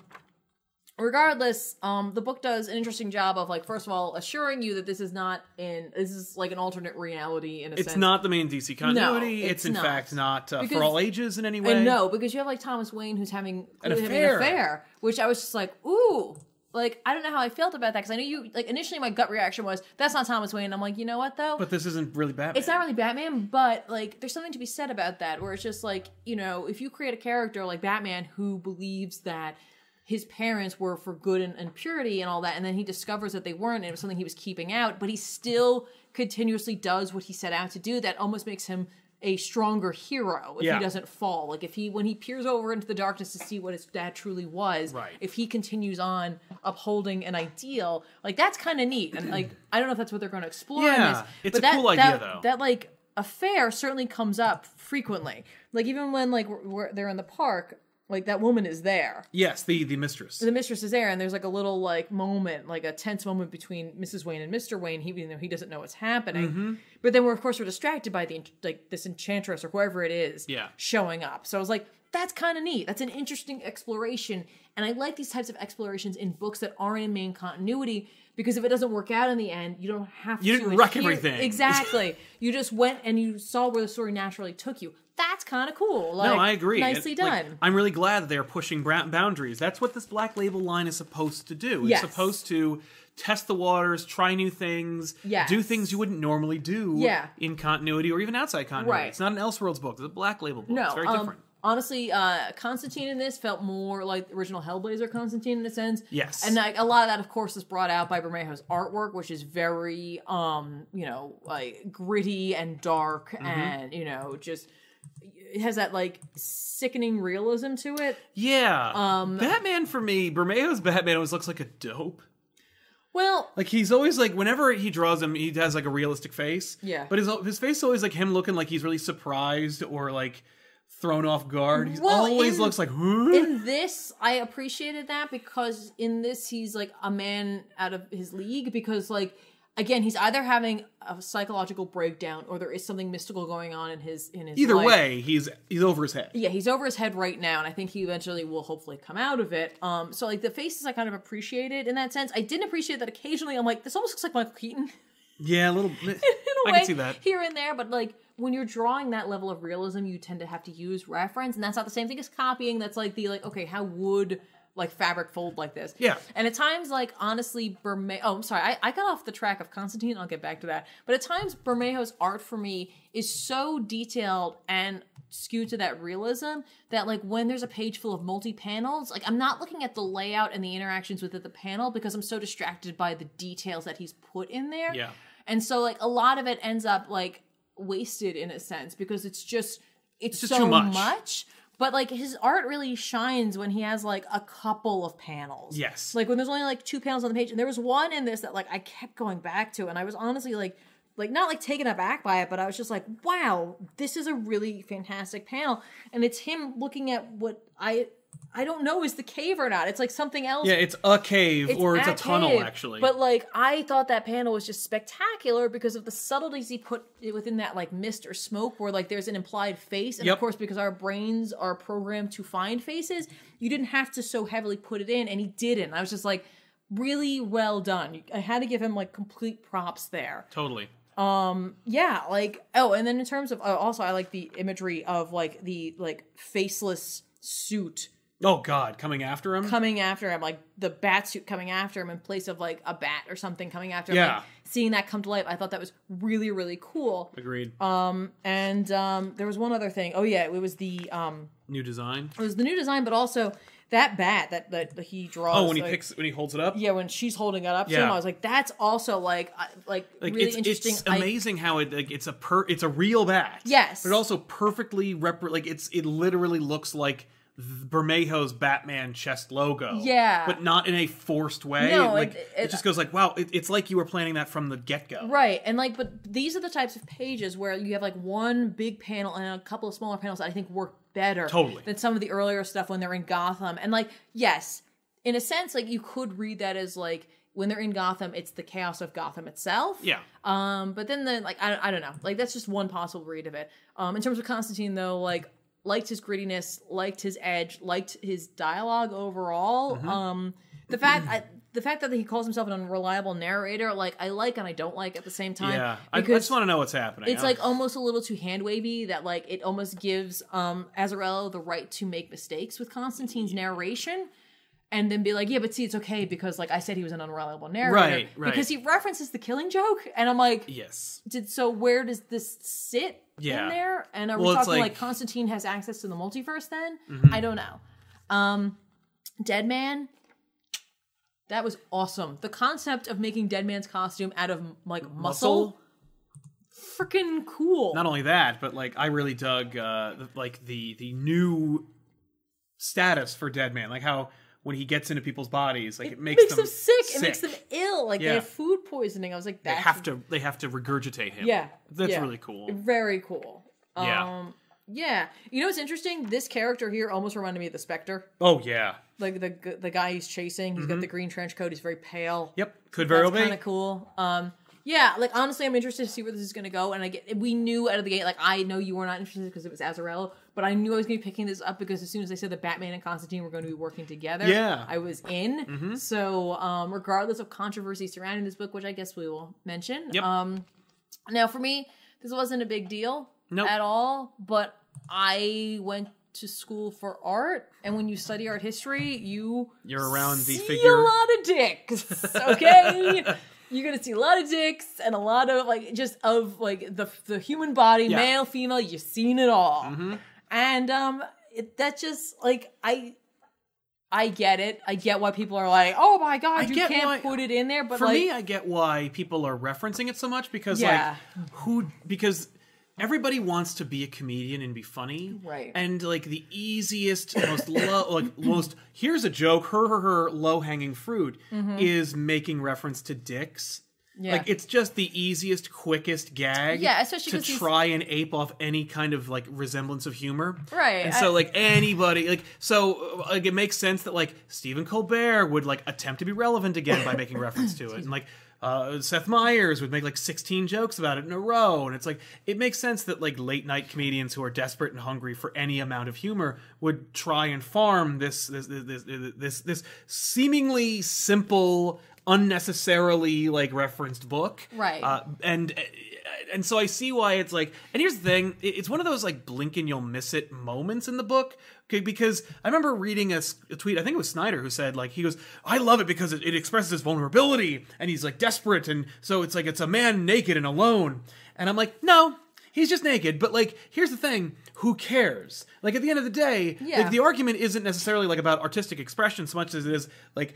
regardless, um the book does an interesting job of like first of all assuring you that this is not in this is like an alternate reality in a
It's
sense.
not the main DC continuity.
it's
it's, in
not.
fact not uh,
Because-
for all ages in any way.
and no, because you have like Thomas Wayne who's having
An
having
affair.
affair, which I was just like, ooh, like I don't know how I felt about that because I know you like initially my gut reaction was that's not Thomas Wayne. I'm like, you know what though,
but this isn't really Batman.
it's not really Batman, but like there's something to be said about that where it's just like, you know, if you create a character like Batman who believes that his parents were for good and, and purity and all that, and then he discovers that they weren't, and it was something he was keeping out, but he still continuously does what he set out to do, that almost makes him a stronger hero if
Yeah.
he doesn't fall. Like if he when he peers over into the darkness to see what his dad truly was,
Right.
if he continues on upholding an ideal, like that's kind of neat. And like I don't know if that's what they're going to explore in
Yeah,
this,
it's
but
a cool idea,
that,
though.
That like affair certainly comes up frequently. Like even when like we're, we're, they're in the park, like that woman is there.
yes, the the mistress.
The mistress is there, and there's like a little like moment, like a tense moment between Mrs. Wayne and Mr. Wayne. He, even though he doesn't know what's happening,
Mm-hmm.
but then we're of course we're distracted by the en- like this enchantress or whoever it is,
Yeah.
showing up. So I was like, that's kind of neat. That's an interesting exploration, and I like these types of explorations in books that aren't in main continuity because if it doesn't work out in the end, you don't have
You
to
didn't wreck
adhere-
everything. <laughs>
Exactly, you just went and you saw where the story naturally took you. That's kind of cool. Like,
no, I agree.
Nicely
It- like,
done.
I'm really glad that they're pushing bra- boundaries. That's what this black label line is supposed to do.
Yes.
It's supposed to test the waters, try new things,
Yes.
do things you wouldn't normally do
Yeah.
in continuity or even outside continuity.
Right.
It's not an Elseworlds book. It's a black label book.
No,
it's very
um,
different.
Honestly, uh, Constantine in this felt more like the original Hellblazer Constantine in a sense.
Yes.
and like a lot of that, of course, is brought out by Bermejo's artwork, which is very, um, you know, like gritty and dark,
Mm-hmm.
and you know, just it has that like sickening realism to it.
Yeah. Um, Batman for me, Bermejo's Batman always looks like a dope.
Well,
Like he's always like whenever he draws him, he has like a realistic face.
Yeah.
But his his face is always like him looking like he's really surprised or like thrown off guard. He
Well,
always
in-
looks like "Huh?"
in this i appreciated that because in this he's like a man out of his league because like again he's either having a psychological breakdown or there is something mystical going on in his in his
Either
life.
way, he's he's over his
<laughs>
head.
yeah he's over his head right now and i think he eventually will hopefully come out of it um so like the faces i kind of appreciated in that sense i didn't appreciate that occasionally i'm like this almost looks like michael keaton <laughs>
Yeah, a little. bit.
in a
I
way
can see that.
here and there, but like when you're drawing that level of realism, you tend to have to use reference, and that's not the same thing as copying. That's like the like, okay, how would like fabric fold like this?
Yeah.
And at times, like honestly, Bermejo. Oh, I'm sorry, I, I got off the track of Constantine. I'll get back to that. But at times, Bermejo's art for me is so detailed and skewed to that realism that like when there's a page full of multi panels, like I'm not looking at the layout and the interactions within the panel because I'm so distracted by the details that he's put in there.
Yeah.
And so like a lot of it ends up like wasted in a sense because it's just it's,
just
so
too much.
But like his art really shines when he has like a couple of panels.
Yes.
Like when there's only like two panels on the page. And there was one in this that like I kept going back to and I was honestly like like not like taken aback by it, but I was just like, wow, this is a really fantastic panel. And it's him looking at what I I don't know is the cave or not. It's like something else.
Yeah, it's a cave or it's a tunnel
cave.
actually.
But like I thought that panel was just spectacular because of the subtleties he put within that like mist or smoke where like there's an implied face. And
Yep.
of course, because our brains are programmed to find faces, you didn't have to so heavily put it in, and he didn't. I was just like, really well done. I had to give him like complete props there
totally.
yeah like oh and then in terms of oh, also i like the imagery of like the like faceless suit
Oh god, coming after him.
coming after him like the bat suit coming after him in place of like a bat or something coming after him
Yeah.
like, seeing that come to life i thought that was really really cool
Agreed.
Uh, and um there was one other thing oh yeah it was the um
New design.
it was the new design but also that bat that that he draws
Oh, when he
like-
picks when he holds it up.
yeah when she's holding it up to him
Yeah.
i was like that's also like I- like,
Like
really
it's,
interesting
it's
I-
amazing how it like it's a per it's a real bat.
Yes.
But it also perfectly rep like it's it literally looks like th- Bermejo's Batman chest logo.
Yeah.
But not in a forced way.
No,
like
it-
it,
it-
just goes like wow, it, it's like you were planning that from the get go.
Right. And like, but these are the types of pages where you have like one big panel and a couple of smaller panels that I think work better
Totally.
than some of the earlier stuff when they're in Gotham. And like, yes, in a sense, like you could read that as like when they're in Gotham, it's the chaos of Gotham itself.
Yeah.
Um, but then the like I, I don't know, like that's just one possible read of it. Um, in terms of Constantine though, like liked his grittiness, liked his edge, liked his dialogue overall.
Mm-hmm.
Um, the fact I, the fact that he calls himself an unreliable narrator, like I like and I don't like at the same time.
yeah. I, I
because
just want to know what's happening.
it's like almost a little too hand wavy that like it almost gives um Azarello the right to make mistakes with Constantine's narration and then be like, yeah, but see, it's okay because like I said he was an unreliable narrator.
Right, right.
Because he references the killing joke and I'm like
yes.
did so where does this sit in
Yeah.
there? And are
Well,
we
it's
talking like,
like- Mm-hmm.
Constantine has access to the multiverse then? I don't know. Um Dead Man that was awesome. The concept of making Dead Man's costume out of like muscle freaking cool.
not only that, but like I really dug uh, th- like the the new status for Deadman, like how when he gets into people's bodies, like it,
it
makes,
makes them sick. It makes them ill. Like they
Yeah.
have food poisoning. I was like,
They
that's
have to they have to regurgitate him.
Yeah,
that's
yeah.
really cool.
very cool.
Yeah.
Um, yeah. You know what's interesting? This character here almost reminded me of the Spectre.
Oh yeah.
Like the g- the guy he's chasing. He's
Mm-hmm.
got the green trench coat. He's very pale.
Yep. Could very well
That's kind
be.
of cool. Um, yeah, like honestly, I'm interested to see where this is going to go. And I get, we knew out of the gate, like I know you were not interested because it was Azarello, but I knew I was going to be picking this up because as soon as they said that Batman and Constantine were going to be working together,
Yeah. Mm-hmm.
I was in. So, um, regardless of controversy surrounding this book, which I guess we will mention,
Yep.
um, now for me, this wasn't a big deal
Nope.
at all, but I went to school for art, and when you study art history, you
You're around the
see
figure.
a lot of dicks.
<laughs>
Okay, you're gonna see a lot of dicks and a lot of like just of like the the human body,
Yeah. Mm-hmm.
male, female. You've seen it all, and um, it, that just like I. I get it. I get why people are like, "Oh my god, you
get
can't
why-
put it in there." But
For
like,
me, I get why people are referencing it so much because
Yeah.
like who because everybody wants to be a comedian and be funny.
Right.
And like the easiest, most low <coughs> like most here's a joke, her her her low hanging fruit is making reference to dicks.
Mm-hmm. Yeah.
Like it's just the easiest, quickest gag.
Yeah, especially
to
'cause he's-
try and ape off any kind of like resemblance of humor.
Right,
And
I-
so like anybody like so uh, like it makes sense that like Stephen Colbert would like attempt to be relevant again by making reference to it, and like uh, Seth Meyers would make like sixteen jokes about it in a row, and it's like it makes sense that like late night comedians who are desperate and hungry for any amount of humor would try and farm this this this this this, this seemingly simple unnecessarily like referenced book
Right.
uh, and and so I see why it's like. And here's the thing: it- it's one of those like blink and you'll miss it moments in the book. Okay, because I remember reading a, s- a tweet. I think it was Snyder who said like he goes, "I love it because it, it expresses his vulnerability, and he's like desperate, and so it's like it's a man naked and alone." And I'm like, no. He's just naked, but like, here's the thing: who cares? Like, at the end of the day,
Yeah.
like the argument isn't necessarily like about artistic expression so much as it is like,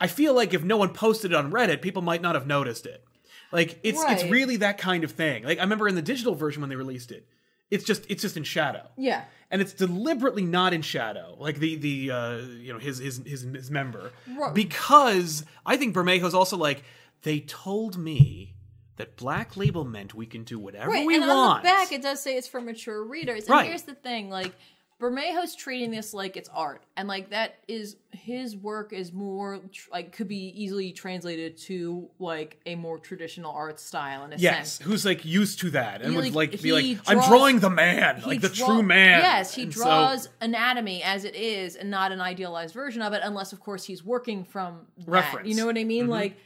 I feel like if no one posted it on Reddit, people might not have noticed it. Like, it's it's
Right.
really that kind of thing. Like I remember in the digital version when they released it, it's just it's just in shadow.
yeah,
And it's deliberately not in shadow, like the the uh, you know his his his, his member,
Right.
because I think Bermejo's also like they told me that Black Label meant we can do whatever
Right,
we
and on
want.
the back it does say it's for mature readers. And
Right.
here's the thing, like Bermejo's treating this like it's art, and like that is his work is more tr- like could be easily translated to like a more traditional art style in a
yes,
sense.
who's like used to that and
He,
would
like,
like be
he
like,
draws-
I'm drawing the man,
He
like the
draw-
true man.
Yes, he
And so-
draws anatomy as it is, and not an idealized version of it, unless of course he's working from that.
Reference. Mm-hmm.
You know what I mean? Like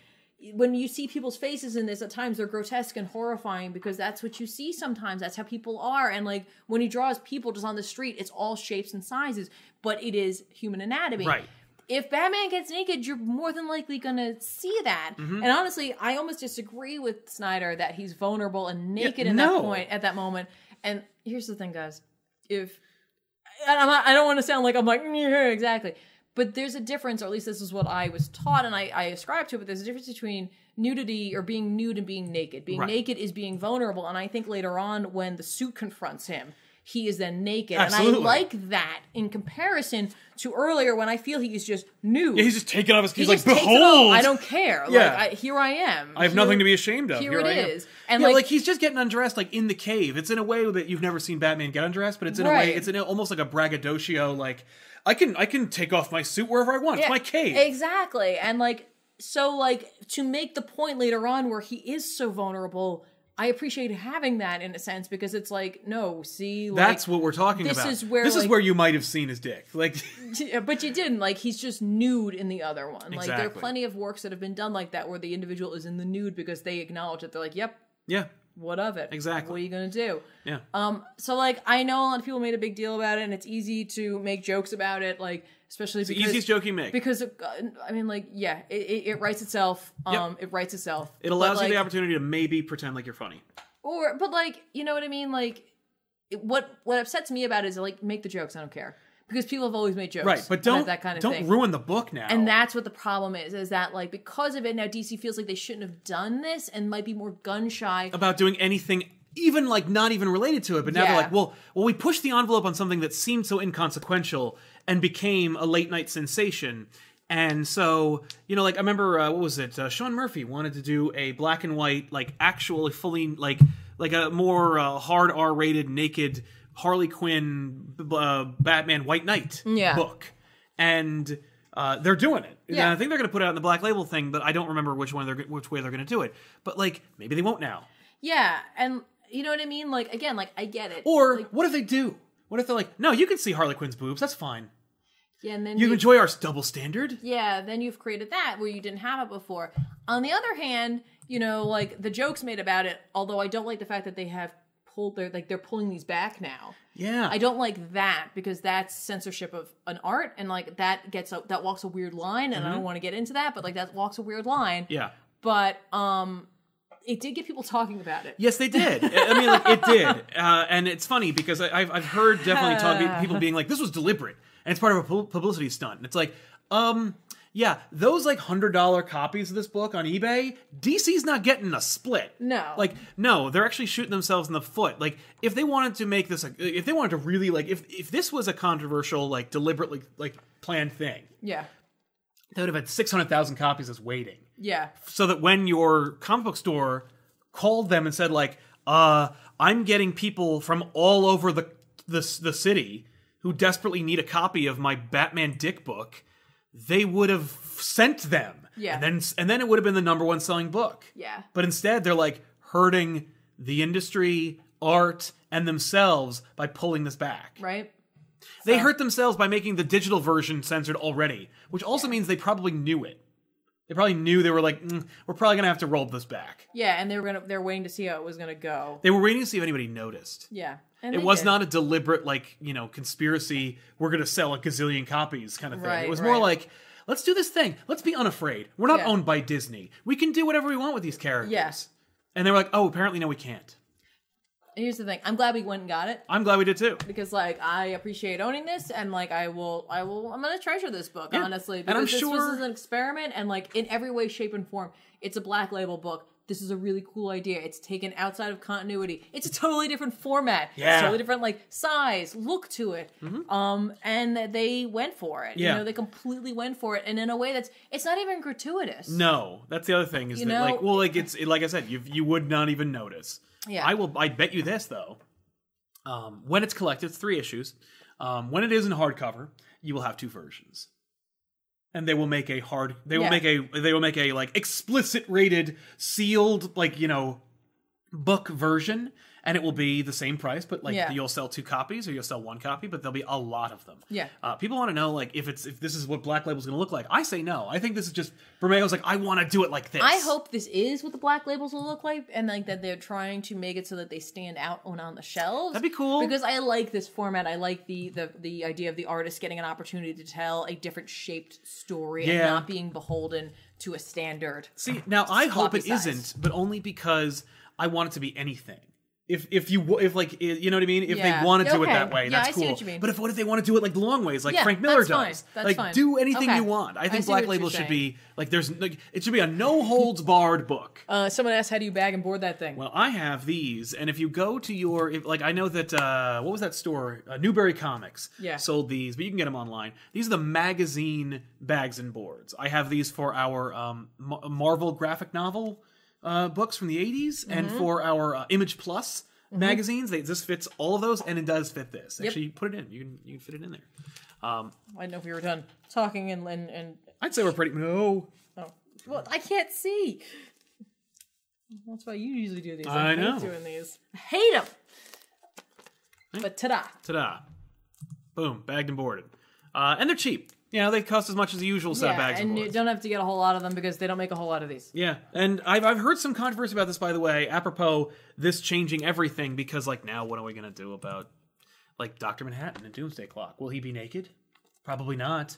when you see people's faces in this, at times they're grotesque and horrifying because that's what you see sometimes. That's how people are. And like when he draws people just on the street, it's all shapes and sizes, but it is human anatomy.
Right.
If Batman gets naked, you're more than likely going to see that.
Mm-hmm.
And honestly, I almost disagree with Snyder that he's vulnerable and naked in
no.
that point at that moment. And here's the thing, guys: if and I'm not, I don't want to sound like I'm like "Mm, yeah, exactly, but there's a difference, or at least this is what I was taught and I, I ascribe to. it, But there's a difference between nudity or being nude and being naked. Being
Right.
naked is being vulnerable, and I think later on when the suit confronts him. He is then naked, and I
Absolutely.
like that in comparison to earlier when I feel he is just nude.
Yeah, he's just taking off his.
He
He's like,
just takes it all.
behold,
I don't care.
Yeah.
Like I, here I am.
I have nothing to be ashamed of.
Here,
Here
it
I
is,
am.
and
yeah, like,
like,
he's just getting undressed, like in the cave. It's in a way that you've never seen Batman get undressed, but it's in a
Right.
way it's in a, almost like a braggadocio. Like I can I can take off my suit wherever I want. It's
Yeah,
my cave.
Exactly. And like so like to make the point later on where he is so vulnerable, I appreciate having that in a sense because it's like, no, see like
That's what we're talking
this
about.
is where,
this is
like-
where you might have seen his dick. Like <laughs>
<laughs> Yeah, but you didn't. Like he's just nude in the other one. Like there are
Exactly.
plenty of works that have been done like that where the individual is in the nude because they acknowledge it. They're like, Yep,
yeah,
what of it?
Exactly.
What are you gonna do?
yeah.
Um, so like I know a lot of people made a big deal about it, and it's easy to make jokes about it, like especially
the
because
easiest joke you make.
because uh, I mean, like yeah, it, it, it writes itself. Um, it writes itself.
it allows
but, like,
you the opportunity to maybe pretend like you're funny.
Or but like you know what I mean? Like it, what what upsets me about it is like make the jokes. I don't care because people have always made jokes,
Right, but
about
don't
that kind of
don't
thing.
ruin the book now.
and that's what the problem is, is that like because of it now DC feels like they shouldn't have done this and might be more gun shy.
about doing anything even like not even related to it but now
Yeah.
they're like well well we pushed the envelope on something that seemed so inconsequential and became a late night sensation and so you know like i remember uh, what was it uh, sean murphy wanted to do a black and white like actual fully like like a more uh, hard r-rated naked harley quinn b- uh, batman white knight
Yeah.
book and uh, they're doing it.
Yeah.
And I think they're going to put it out in the black label thing, but I don't remember which one they're which way they're going to do it. But like maybe they won't now.
Yeah, and you know what I mean? Like again, like I get it.
Or
Like,
what if they do? What if they're like, no, you can see Harley Quinn's boobs. That's fine.
yeah, and then
You
you-
enjoy our double standard.
yeah, then you've created that where you didn't have it before. On the other hand, you know, like the jokes made about it, although I don't like the fact that they have pulled their like they're pulling these back now.
Yeah,
I don't like that because that's censorship of an art and like that gets a, that walks a weird line and I
Mm-hmm.
don't want to get into that, but like that walks a weird line.
Yeah.
But um it did get people talking about it.
Yes, they did.
<laughs>
I I mean, like it did, uh, and it's funny because I, I've I've heard definitely
<laughs>
talk, people being like, "This was deliberate, and it's part of a pu- publicity stunt." And it's like, um, yeah, those like hundred dollar copies of this book on eBay, DC's not getting a split.
No.
like no, they're actually shooting themselves in the foot. Like if they wanted to make this, like, if they wanted to really like, if if this was a controversial, like deliberately like planned thing,
Yeah.
they would have had six hundred thousand copies as waiting
Yeah.
so that when your comic book store called them and said like uh i'm getting people from all over the the, the city who desperately need a copy of my batman dick book they would have sent them
Yeah.
and then and then it would have been the number one selling book
Yeah.
but instead they're like hurting the industry art and themselves by pulling this back
Right?
they hurt themselves by making the digital version censored already, which also means they probably knew it. They probably knew they were like, "Mm, we're probably gonna have to roll this back.
Yeah, and they were gonna they're waiting to see how it was gonna go.
They were waiting to see if anybody noticed.
Yeah. And
It
they
was
did.
not a deliberate, like, you know, conspiracy, we're gonna sell a gazillion copies kind of thing.
Right,
it was
right.
more like, let's do this thing. Let's be unafraid. We're not
Yeah.
owned by Disney. We can do whatever we want with these characters.
Yeah.
And they were like, oh, apparently, no, we can't.
Here's the thing. I'm glad we went and got it.
I'm glad we did too.
because like I appreciate owning this and like I will I will I'm gonna treasure this book
Yeah.
honestly
And
because
I'm
this
sure-
was an experiment and like in every way shape and form it's a black label book this is a really cool idea. It's taken outside of continuity. It's a totally different format.
Yeah. Mm-hmm.
It's totally different like size, look to it. Um, and they went for it.
Yeah.
You know, they completely went for it, and in a way that's it's not even gratuitous.
No, that's the other thing is
You
that
know-
like well like it's like I said you you would not even notice.
Yeah.
I will. I bet you this though. Um, when it's collected, it's three issues. Um, when it is in hardcover, you will have two versions, and they will make a hard. They will
Yeah.
make a. They will make a like explicit rated sealed like you know book version, and it will be the same price, but like
Yeah.
you'll sell two copies or you'll sell one copy, but there'll be a lot of them.
Yeah.
Uh, people want to know like if it's if this is what Black Label's going to look like. I say no. I think this is just Bermejo's like I want to do it like this.
I hope this is what the black labels will look like, and like that they're trying to make it so that they stand out on on the shelves.
That'd be cool.
because I like this format. I like the the the idea of the artist getting an opportunity to tell a different shaped story and
Yeah.
not being beholden to a standard.
See, now I hope
floppy
it
size.
not but only because I want it to be anything. If if you wa- if like i- you know what I mean, if
Yeah.
they want to do it
Okay.
that way,
Yeah,
that's
I see
cool.
what you mean.
But if what if they want to do it like the long ways, like
Yeah,
Frank Miller
that's fine.
does,
That's
like
fine.
do anything
Okay.
you want. I
I
think
see
Black
what
Label
you're
should
saying.
be like there's like it should be a no holds barred book.
Uh, someone asked, "How do you bag and board that thing?"
Well, I have these, and if you go to your, if, like, I know that uh, what was that store? Uh, Newberry Comics
Yeah.
sold these, but you can get them online. These are the magazine bags and boards. I have these for our um, Ma- Marvel graphic novel uh, books from the '80s, and
Mm-hmm.
for our uh, Image Plus magazines. They, this fits all of those, and it does fit this. Actually, you put it in. You can you can fit it in there.
I didn't know if we were done talking and and, and
I'd say we're pretty. No,
oh, well, I can't see. That's why you usually do these.
I
I, hate
know.
doing these. I hate them. But ta-da!
ta-da, boom, bagged and boarded, uh, and they're cheap. You know, they cost as much as the usual set of
Yeah,
bags and
and
boards.
you don't have to get a whole lot of them because they don't make a whole lot of these.
Yeah, and I've I've heard some controversy about this, by the way. Apropos this changing everything, because like now, what are we gonna do about like Doctor Manhattan and Doomsday Clock? Will he be naked? Probably not.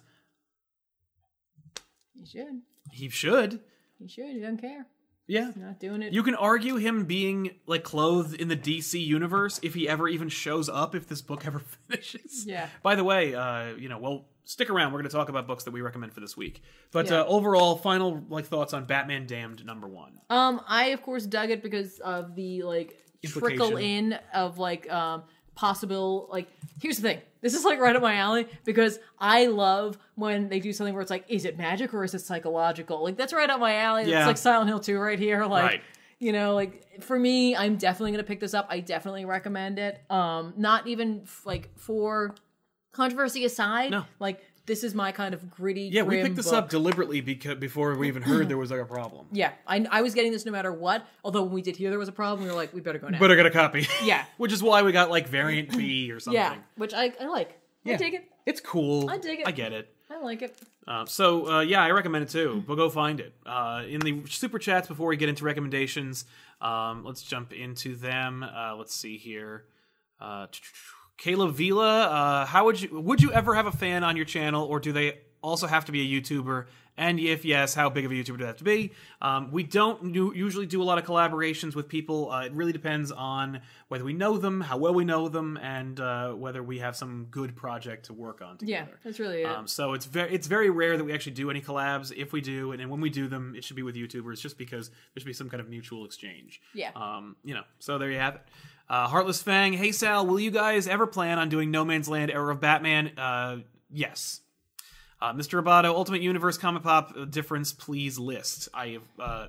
You should.
He should.
You should. You don't care.
Yeah.
Not doing it.
You can argue him being like clothed in the DC universe if he ever even shows up if this book <laughs> ever finishes.
Yeah.
By the way, uh, you know, well, stick around. We're going to talk about books that we recommend for this week. But
Yeah.
uh, overall, final like thoughts on Batman Damned number one.
um, I of course dug it because of the like trickle in of like um possible like. Here's the thing. This is like right up my alley because I love when they do something where it's like, is it magic or is it psychological? Like that's right up my alley. It's
Yeah.
like Silent Hill 2 right here. Like.
Right.
You know, like for me, I'm definitely gonna pick this up. I definitely recommend it. Um, not even f- like for controversy aside,
No.
like this is my kind of gritty.
Yeah, we
grim
picked this
book.
up deliberately because before we even heard there was like a
<clears throat>
problem.
Yeah, I, I was getting this no matter what. Although when we did hear there was a problem, we were like, we better go now.
Better get a copy.
Yeah.
<laughs> Which is why we got like variant B or something.
<clears throat> yeah, which I, I like. I dig it.
It's cool. I
dig it.
I get it.
I like it.
Uh, so uh, yeah, I recommend it too. But go find it uh, in the super chats before we get into recommendations. Um, let's jump into them. Uh, let's see here. Uh, Kayla Vila, uh, how would you would you ever have a fan on your channel, or do they also have to be a YouTuber? And if yes, how big of a YouTuber do they have to be? Um, we don't do, usually do a lot of collaborations with people. Uh, it really depends on whether we know them, how well we know them, and uh, whether we have some good project to work on together.
Yeah, that's really it.
Um, so it's very it's very rare that we actually do any collabs. If we do, and, and when we do them, it should be with YouTubers, just because there should be some kind of mutual exchange.
Yeah.
Um, you know. So there you have it. Uh, Heartless Fang. Hey Sal, will you guys ever plan on doing No Man's Land Era of Batman? Uh, yes. Uh, Mr. Roboto, Ultimate Universe Comic Pop uh, difference, please list. I have uh,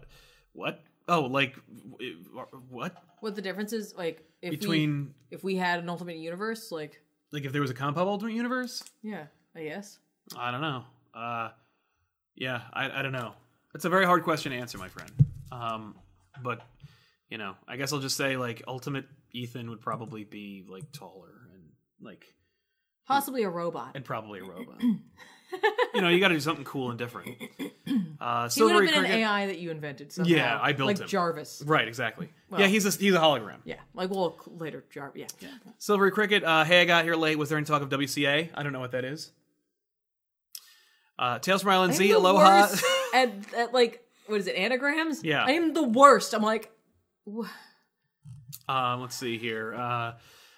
what? Oh, like w- w- what
what the difference is, like if we,
between
if we had an ultimate universe, like
like if there was a Comic Pop Ultimate Universe?
yeah, I guess.
I don't know. Uh, yeah, I, I don't know. It's a very hard question to answer, my friend. Um, but you know, I guess I'll just say like ultimate Ethan would probably be like taller and like
Possibly a robot.
Hmm. and probably a robot. you know, you got to do something cool and different. Uh,
He would have
Silvery
been an
Cricket-
AI that you invented somehow.
Yeah, I built
like
him.
Jarvis.
Right, exactly. yeah, he's a he's a hologram.
Yeah, like well c- later Jarvis. Yeah.
Silvery Cricket, uh, hey, I got here late. Was there any talk of WCA? I don't know what that is. Uh, Tales from Island
I'm
Z,
the
aloha. <laughs>
worst at, at like what is it anagrams?
Yeah.
I am the worst. I'm like
Um, let's see here. Uh,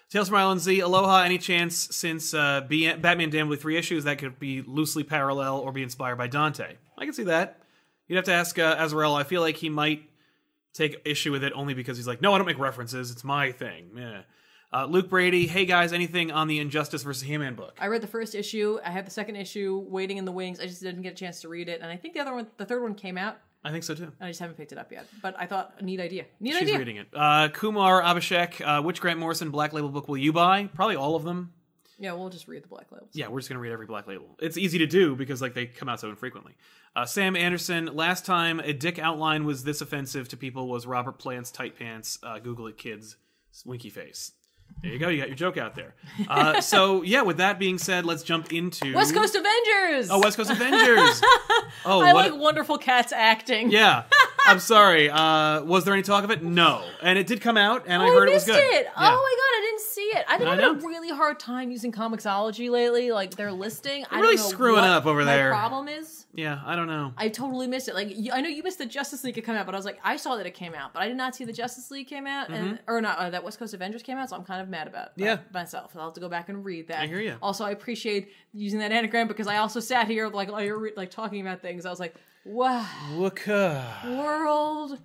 Tales from Island Z, Aloha, any chance since uh, B- Batman Damned with three issues that could be loosely parallel or be inspired by Dante? I can see that. You'd have to ask uh, Azrael. I feel like he might take issue with it only because he's like, no, I don't make references. It's my thing. Yeah. Uh, Luke Brady, hey guys, anything on the Injustice versus He-Man book?
I read the first issue. I had the second issue waiting in the wings. I just didn't get a chance to read it, and I think the other one, the third one, came out,
I think so too.
and I just haven't picked it up yet. But I thought, a neat idea, neat
She's
idea.
reading it. Uh, Kumar Abhishek, uh, which Grant Morrison Black Label book will you buy? Probably all of them.
Yeah, we'll just read the black labels.
Yeah, we're just gonna read every Black Label. It's easy to do because like they come out so infrequently. Uh, Sam Anderson. Last time a dick outline was this offensive to people was Robert Plant's tight pants. Uh, Google it, kids. Winky face. There you go. You got your joke out there.
<laughs>
Uh, so yeah, with that being said, let's jump into
West Coast Avengers.
Oh, West Coast
<laughs>
Avengers. oh,
I
what?
like wonderful cats
<laughs>
acting.
yeah. I'm sorry. Uh, was there any talk of it? No. And it did come out, and I
Oh,
heard
I
it was
missed
good.
it.
Yeah.
Oh my god, I didn't see it. I've been
I
having a
know.
really hard time using Comixology lately. Like their listing, I'm
really screwing up over there.
My problem is,
yeah. I don't know.
I totally missed it. Like you, I know you missed the Justice League it come out, but I was like, I saw that it came out, but I did not see the Justice League came out, and or not uh, that West Coast Avengers came out. So I'm kind of mad about that
Mm-hmm. Yeah.
myself. I'll have to go back and read that.
I hear ya.
Also, I appreciate using that anagram because I also sat here like while you're re- like talking about things. I was like, wow,
Waka.
world,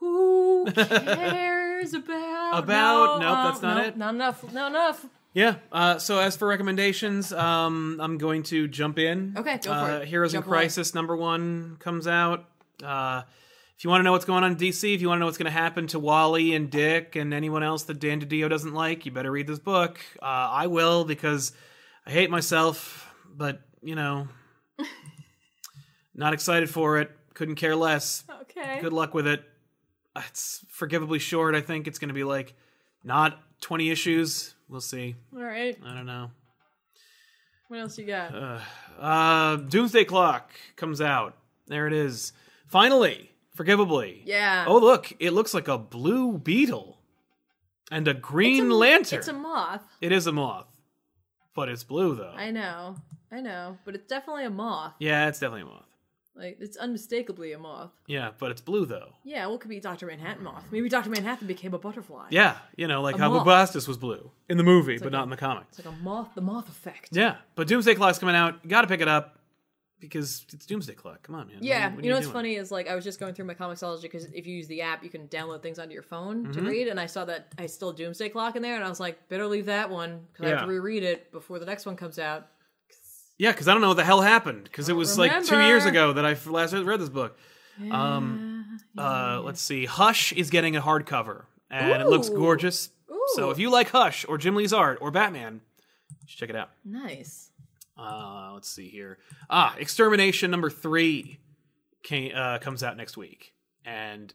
who
<laughs>
cares about
About-
no,
nope,
uh,
that's not
nope,
it.
Not enough. Not enough.
Yeah. Uh, so as for recommendations, um, I'm going to jump in.
Okay, go for
uh,
it.
Heroes
Jump
in
away.
Crisis number one comes out. Uh, if you want to know what's going on in DC, if you want to know what's going to happen to Wally and Dick and anyone else that Dan DiDio doesn't like, you better read this book. Uh, I will because I hate myself, but you
<laughs>
know, not excited for it. Couldn't care less.
Okay.
Good luck with it. It's forgivably short. I think it's going to be like not 20 issues. We'll see.
All right.
I don't know.
What else you got?
Uh, Doomsday Clock comes out. There it is. Finally, forgivably.
yeah.
Oh, look, it looks like a blue beetle and a green
It's a-
lantern.
It's a moth.
It is a moth, but it's blue though.
I know, I know, but it's definitely a moth.
Yeah, it's definitely a moth.
Like it's unmistakably a moth.
Yeah, but it's blue though.
Yeah, well, it could be Doctor Manhattan moth. Maybe Doctor Manhattan became a butterfly.
Yeah, you know, like how
moth.
Bubastis was blue in the movie, but not in the comics.
it's like a moth, the moth effect.
Yeah, but Doomsday Clock's coming out. You gotta pick it up because it's Doomsday Clock. Come on, man.
Yeah,
What- what are
you know what's
doing?
funny is like I was just going through my comicsology because if you use the app, you can download things onto your phone to
Mm-hmm.
read, and I saw that I still Doomsday Clock in there, and I was like, better leave that one because I have to
Yeah.
reread it before the next one comes out.
Yeah, because I don't know what the hell happened because it was like two years
remember.
ago that I f- last read this book. Um, uh, let's see. Hush is getting a hardcover, and it looks
Mm. Ooh.
gorgeous. So
Ooh.
if you like Hush or Jim Lee's art or Batman, you should check it out.
Nice.
Uh, let's see here. Ah, Extermination number three came, uh, comes out next week, and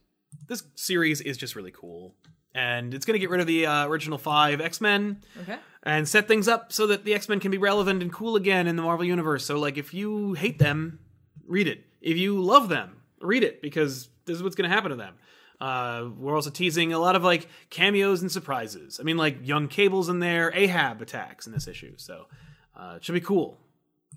this series is just really cool. And it's going to get rid of the uh, original five X Men
Okay.
and set things up so that the X-Men can be relevant and cool again in the Marvel universe. So like if you hate them, read it. If you love them, read it because this is what's going to happen to them. Uh, we're also teasing a lot of like cameos and surprises. I mean like young Cable's in there, Ahab attacks in this issue. So uh, it should be cool.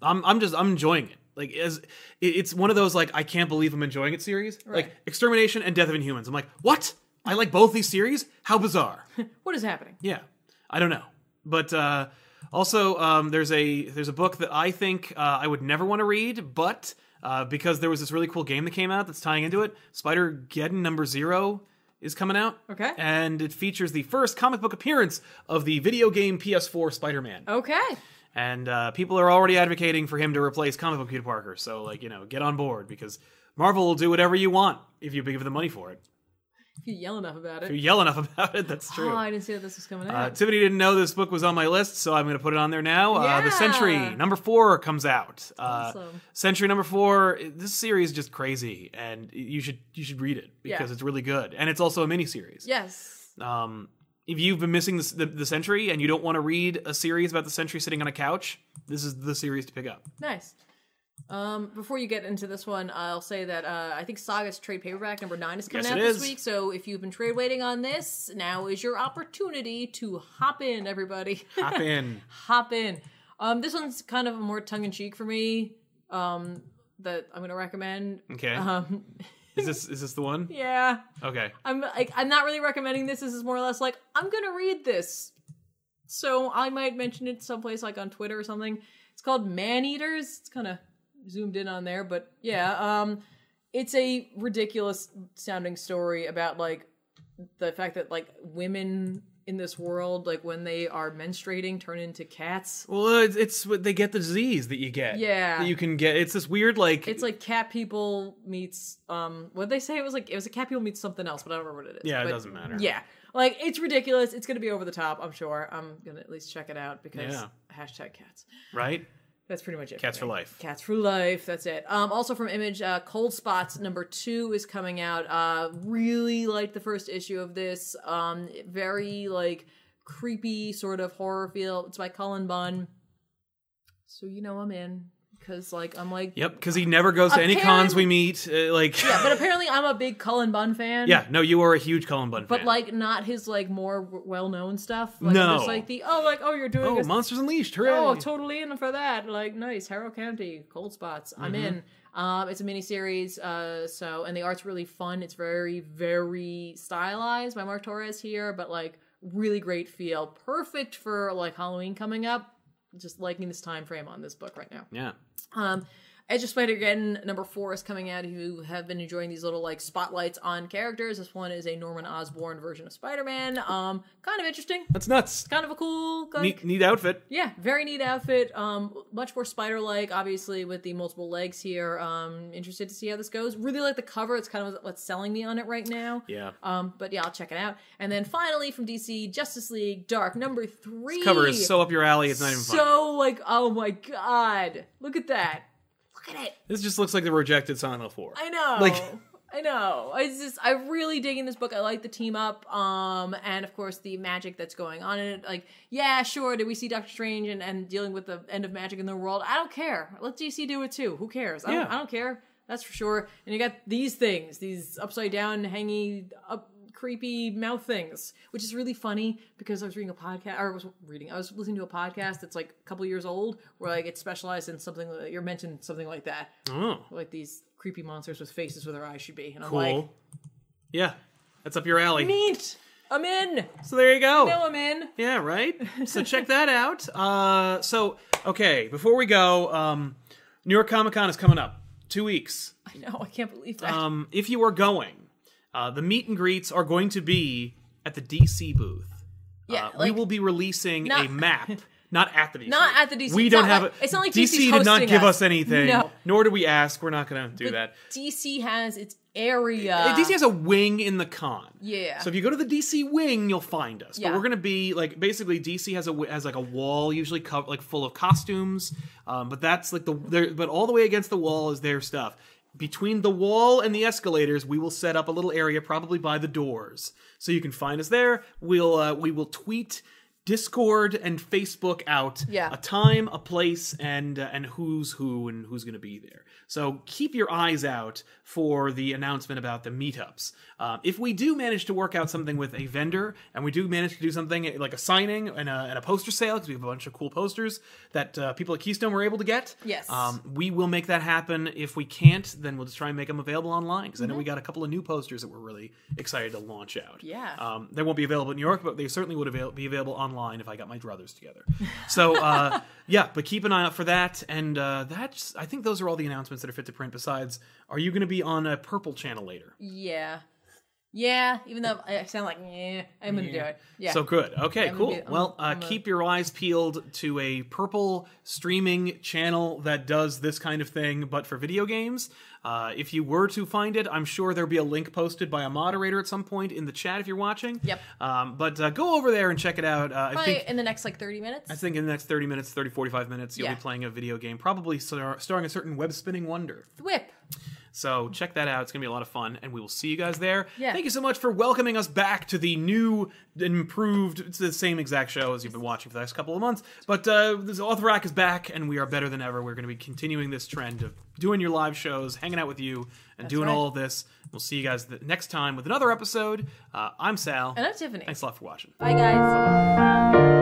I'm I'm just I'm enjoying it. Like as it, it's one of those like I can't believe I'm enjoying it series. Like
Right.
Extermination and Death of Inhumans. I'm like, "What? I like both these series? How bizarre."
What is happening?
Yeah, I don't know, but uh, also um, there's a there's a book that I think uh, I would never want to read, but uh, because there was this really cool game that came out that's tying into it, Spider Geddon Number Zero is coming out.
Okay.
and it features the first comic book appearance of the video game PS4 Spider Man,
Okay.
and uh, people are already advocating for him to replace comic book Peter Parker. So like you know, get on board because Marvel will do whatever you want if you give them money for it.
If you yell enough about
If you
it.
yell enough <laughs> about it, that's true.
Oh, I didn't see that this was coming
Uh,
out.
Tiffany didn't know this book was on my list, so I'm going to put it on there now. Uh, the Century
Yeah.
number four comes out. Uh,
awesome.
Century number four. This series is just crazy, and you should you should read it because
Yeah.
it's really good, and it's also a miniseries.
yes.
Um, if you've been missing this, the, the Century and you don't want to read a series about the Century sitting on a couch, this is the series to pick
<laughs>
up.
Nice. Um, before you get into this one, I'll say that uh, I think Saga's trade paperback number nine is coming
Yes,
out
it
this
is.
week. So if you've been trade waiting on this, now is your opportunity to hop in, everybody. <laughs>
Hop in.
hop in. Um, this one's kind of more tongue in cheek for me. Um, that I'm going
<laughs>
to recommend.
Okay.
Um,
Is this is this the one?
yeah,
Okay.
I'm like I'm not really recommending this. This is more or less like I'm going to read this, so I might mention it someplace like on Twitter or something. It's called Man Eaters. It's kind of zoomed in on there, but yeah. Um, it's a ridiculous sounding story about like the fact that like women in this world, like when they are menstruating, turn into cats.
Well, uh, it's, it's what- they get the disease that you get.
Yeah.
that you can get. It's this weird like.
It's like cat people meets um what they say it was like it was a cat people meets something else, but I don't remember what it is.
yeah, it
But-
doesn't matter.
Yeah. Like it's ridiculous. It's gonna be over the top, I'm sure. I'm gonna at least check it out because
Yeah.
hashtag cats.
right.
That's pretty much it.
Cats
me.
for life.
Cats for life. That's it. Um, also from Image, uh, Cold Spots number two is coming out. Uh, really liked the first issue of this. Um, very like creepy sort of horror feel. It's by Cullen Bunn. So you know I'm in because like I'm like
Yep, because he never goes to any
Apparently-
cons we meet. Uh, like,
yeah, but apparently I'm a big Cullen Bunn
<laughs>
fan.
yeah, no, you are a huge Cullen Bunn
But
fan.
like not his like more w- well-known stuff. Like,
No.
Just like the oh like oh you're doing
oh,
this
Monsters Unleashed, hooray!
Oh, totally in for that. Like, nice. Harrow County, cold spots. I'm
Mm-hmm.
in. Um, it's a miniseries, uh, so and the art's really fun. It's very, very stylized by Mark Torres here, but like really great feel. Perfect for like Halloween coming up. Just liking this time frame on this book right now.
yeah,
Um, Edge of Spider Geddon number four is coming out. If you have been enjoying these little like spotlights on characters, this one is a Norman Osborn version of Spider Man. Um, kind of interesting.
that's nuts.
Kind of a cool. like-
Neat, neat outfit.
yeah, very neat outfit. Um, much more spider-like, obviously, with the multiple legs here. Um, interested to see how this goes. Really like the cover. It's kind of what's selling me on it right now.
Yeah,
Um, but yeah, I'll check it out. And then finally from DC, Justice League Dark number three.
cover is so up your alley. It's not even funny.
so like, oh my god, look at that, look at it.
This just looks like the rejected Silent Hill Four.
I know.
Like-
I know. It's just I'm really digging this book. I like the team up, um, and of course the magic that's going on in it. Like, yeah, sure. Did we see Doctor Strange and, and dealing with the end of magic in the world? I don't care. Let DC do it too. Who cares? I, don't,
Yeah.
I don't care. That's for sure. And you got these things, these upside down, hangy, up, creepy mouth things, which is really funny because I was reading a podcast, or I was reading, I was listening to a podcast that's like a couple years old, where like it's specialized in something. that- You're mentioned something like that
oh,
like these creepy monsters with faces where their eyes should be. And I'm
cool.
like,
yeah, that's up your alley.
neat. I'm in.
So there you go.
No, I'm in.
Yeah, right.
<laughs>
So check that out. Uh, so okay, before we go, um, New York Comic Con is coming up two weeks.
I know. I can't believe that.
Um, if you are going, uh, the meet and greets are going to be at the DC booth.
yeah,
Uh, we
like,
will be releasing
not-
a
<laughs>
map. Not at the DC.
Not at the DC.
We
It's
don't
not
have
like-
a,
it's not like
DC
DC's
did not
hosting
give
us.
us, anything.
No.
Nor do we ask. We're not going to do that.
DC has its area.
DC has a wing in the con.
Yeah.
So if you go to the DC wing, you'll find us.
Yeah.
But we're gonna be like basically DC has a w- has like a wall usually cov like full of costumes, um, but that's like the there, but all the way against the wall is their stuff. Between the wall and the escalators, we will set up a little area probably by the doors, so you can find us there. We'll uh, we will tweet. Discord and Facebook out
Yeah.
a time, a place, and uh, and who's who and who's going to be there. So keep your eyes out for the announcement about the meetups. Uh, if we do manage to work out something with a vendor, and we do manage to do something eh, like a signing and a, and a poster sale, because we have a bunch of cool posters that uh, people at Keystone were able to get.
Yes.
um, we will make that happen. If we can't, then we'll just try and make them available online. Because I know we got a couple of new posters that we're really excited to launch out.
Yeah.
Um, they won't be available in New York, but they certainly would avail- be available online if I got my druthers together. So uh, yeah, but keep an eye out for that. And uh, that's I think those are all the announcements that are fit to print. Besides, are you going to be on a purple channel later?
yeah. Yeah. Even though I I sound like, yeah, I'm going to do it. Yeah.
So good. Okay,
I'm
cool.
gonna be- I'm-
well, uh,
I'm a-
keep your eyes peeled to a purple streaming channel that does this kind of thing, but for video games. Uh, if you were to find it, I'm sure there'll be a link posted by a moderator at some point in the chat if you're watching.
Yep.
Um, but uh, go over there and check it out. Uh, I
Probably
think.
in the next like 30 minutes.
I think in the next 30 minutes, 30, 45 minutes, you'll
Yeah.
be playing a video game, probably star- starring a certain web spinning wonder.
Whip.
So check that out. It's going to be a lot of fun, and we will see you guys there.
Yeah.
Thank you so much for welcoming us back to the new, improved, it's the same exact show as you've been watching for the last couple of months. But uh, this Authorak is back, and we are better than ever. We're going to be continuing this trend of doing your live shows, hanging out with you, and doing
right.
all of this. We'll see you guys the next time with another episode. Uh, I'm Sal.
And I'm Tiffany.
Thanks a lot for watching.
Bye, guys.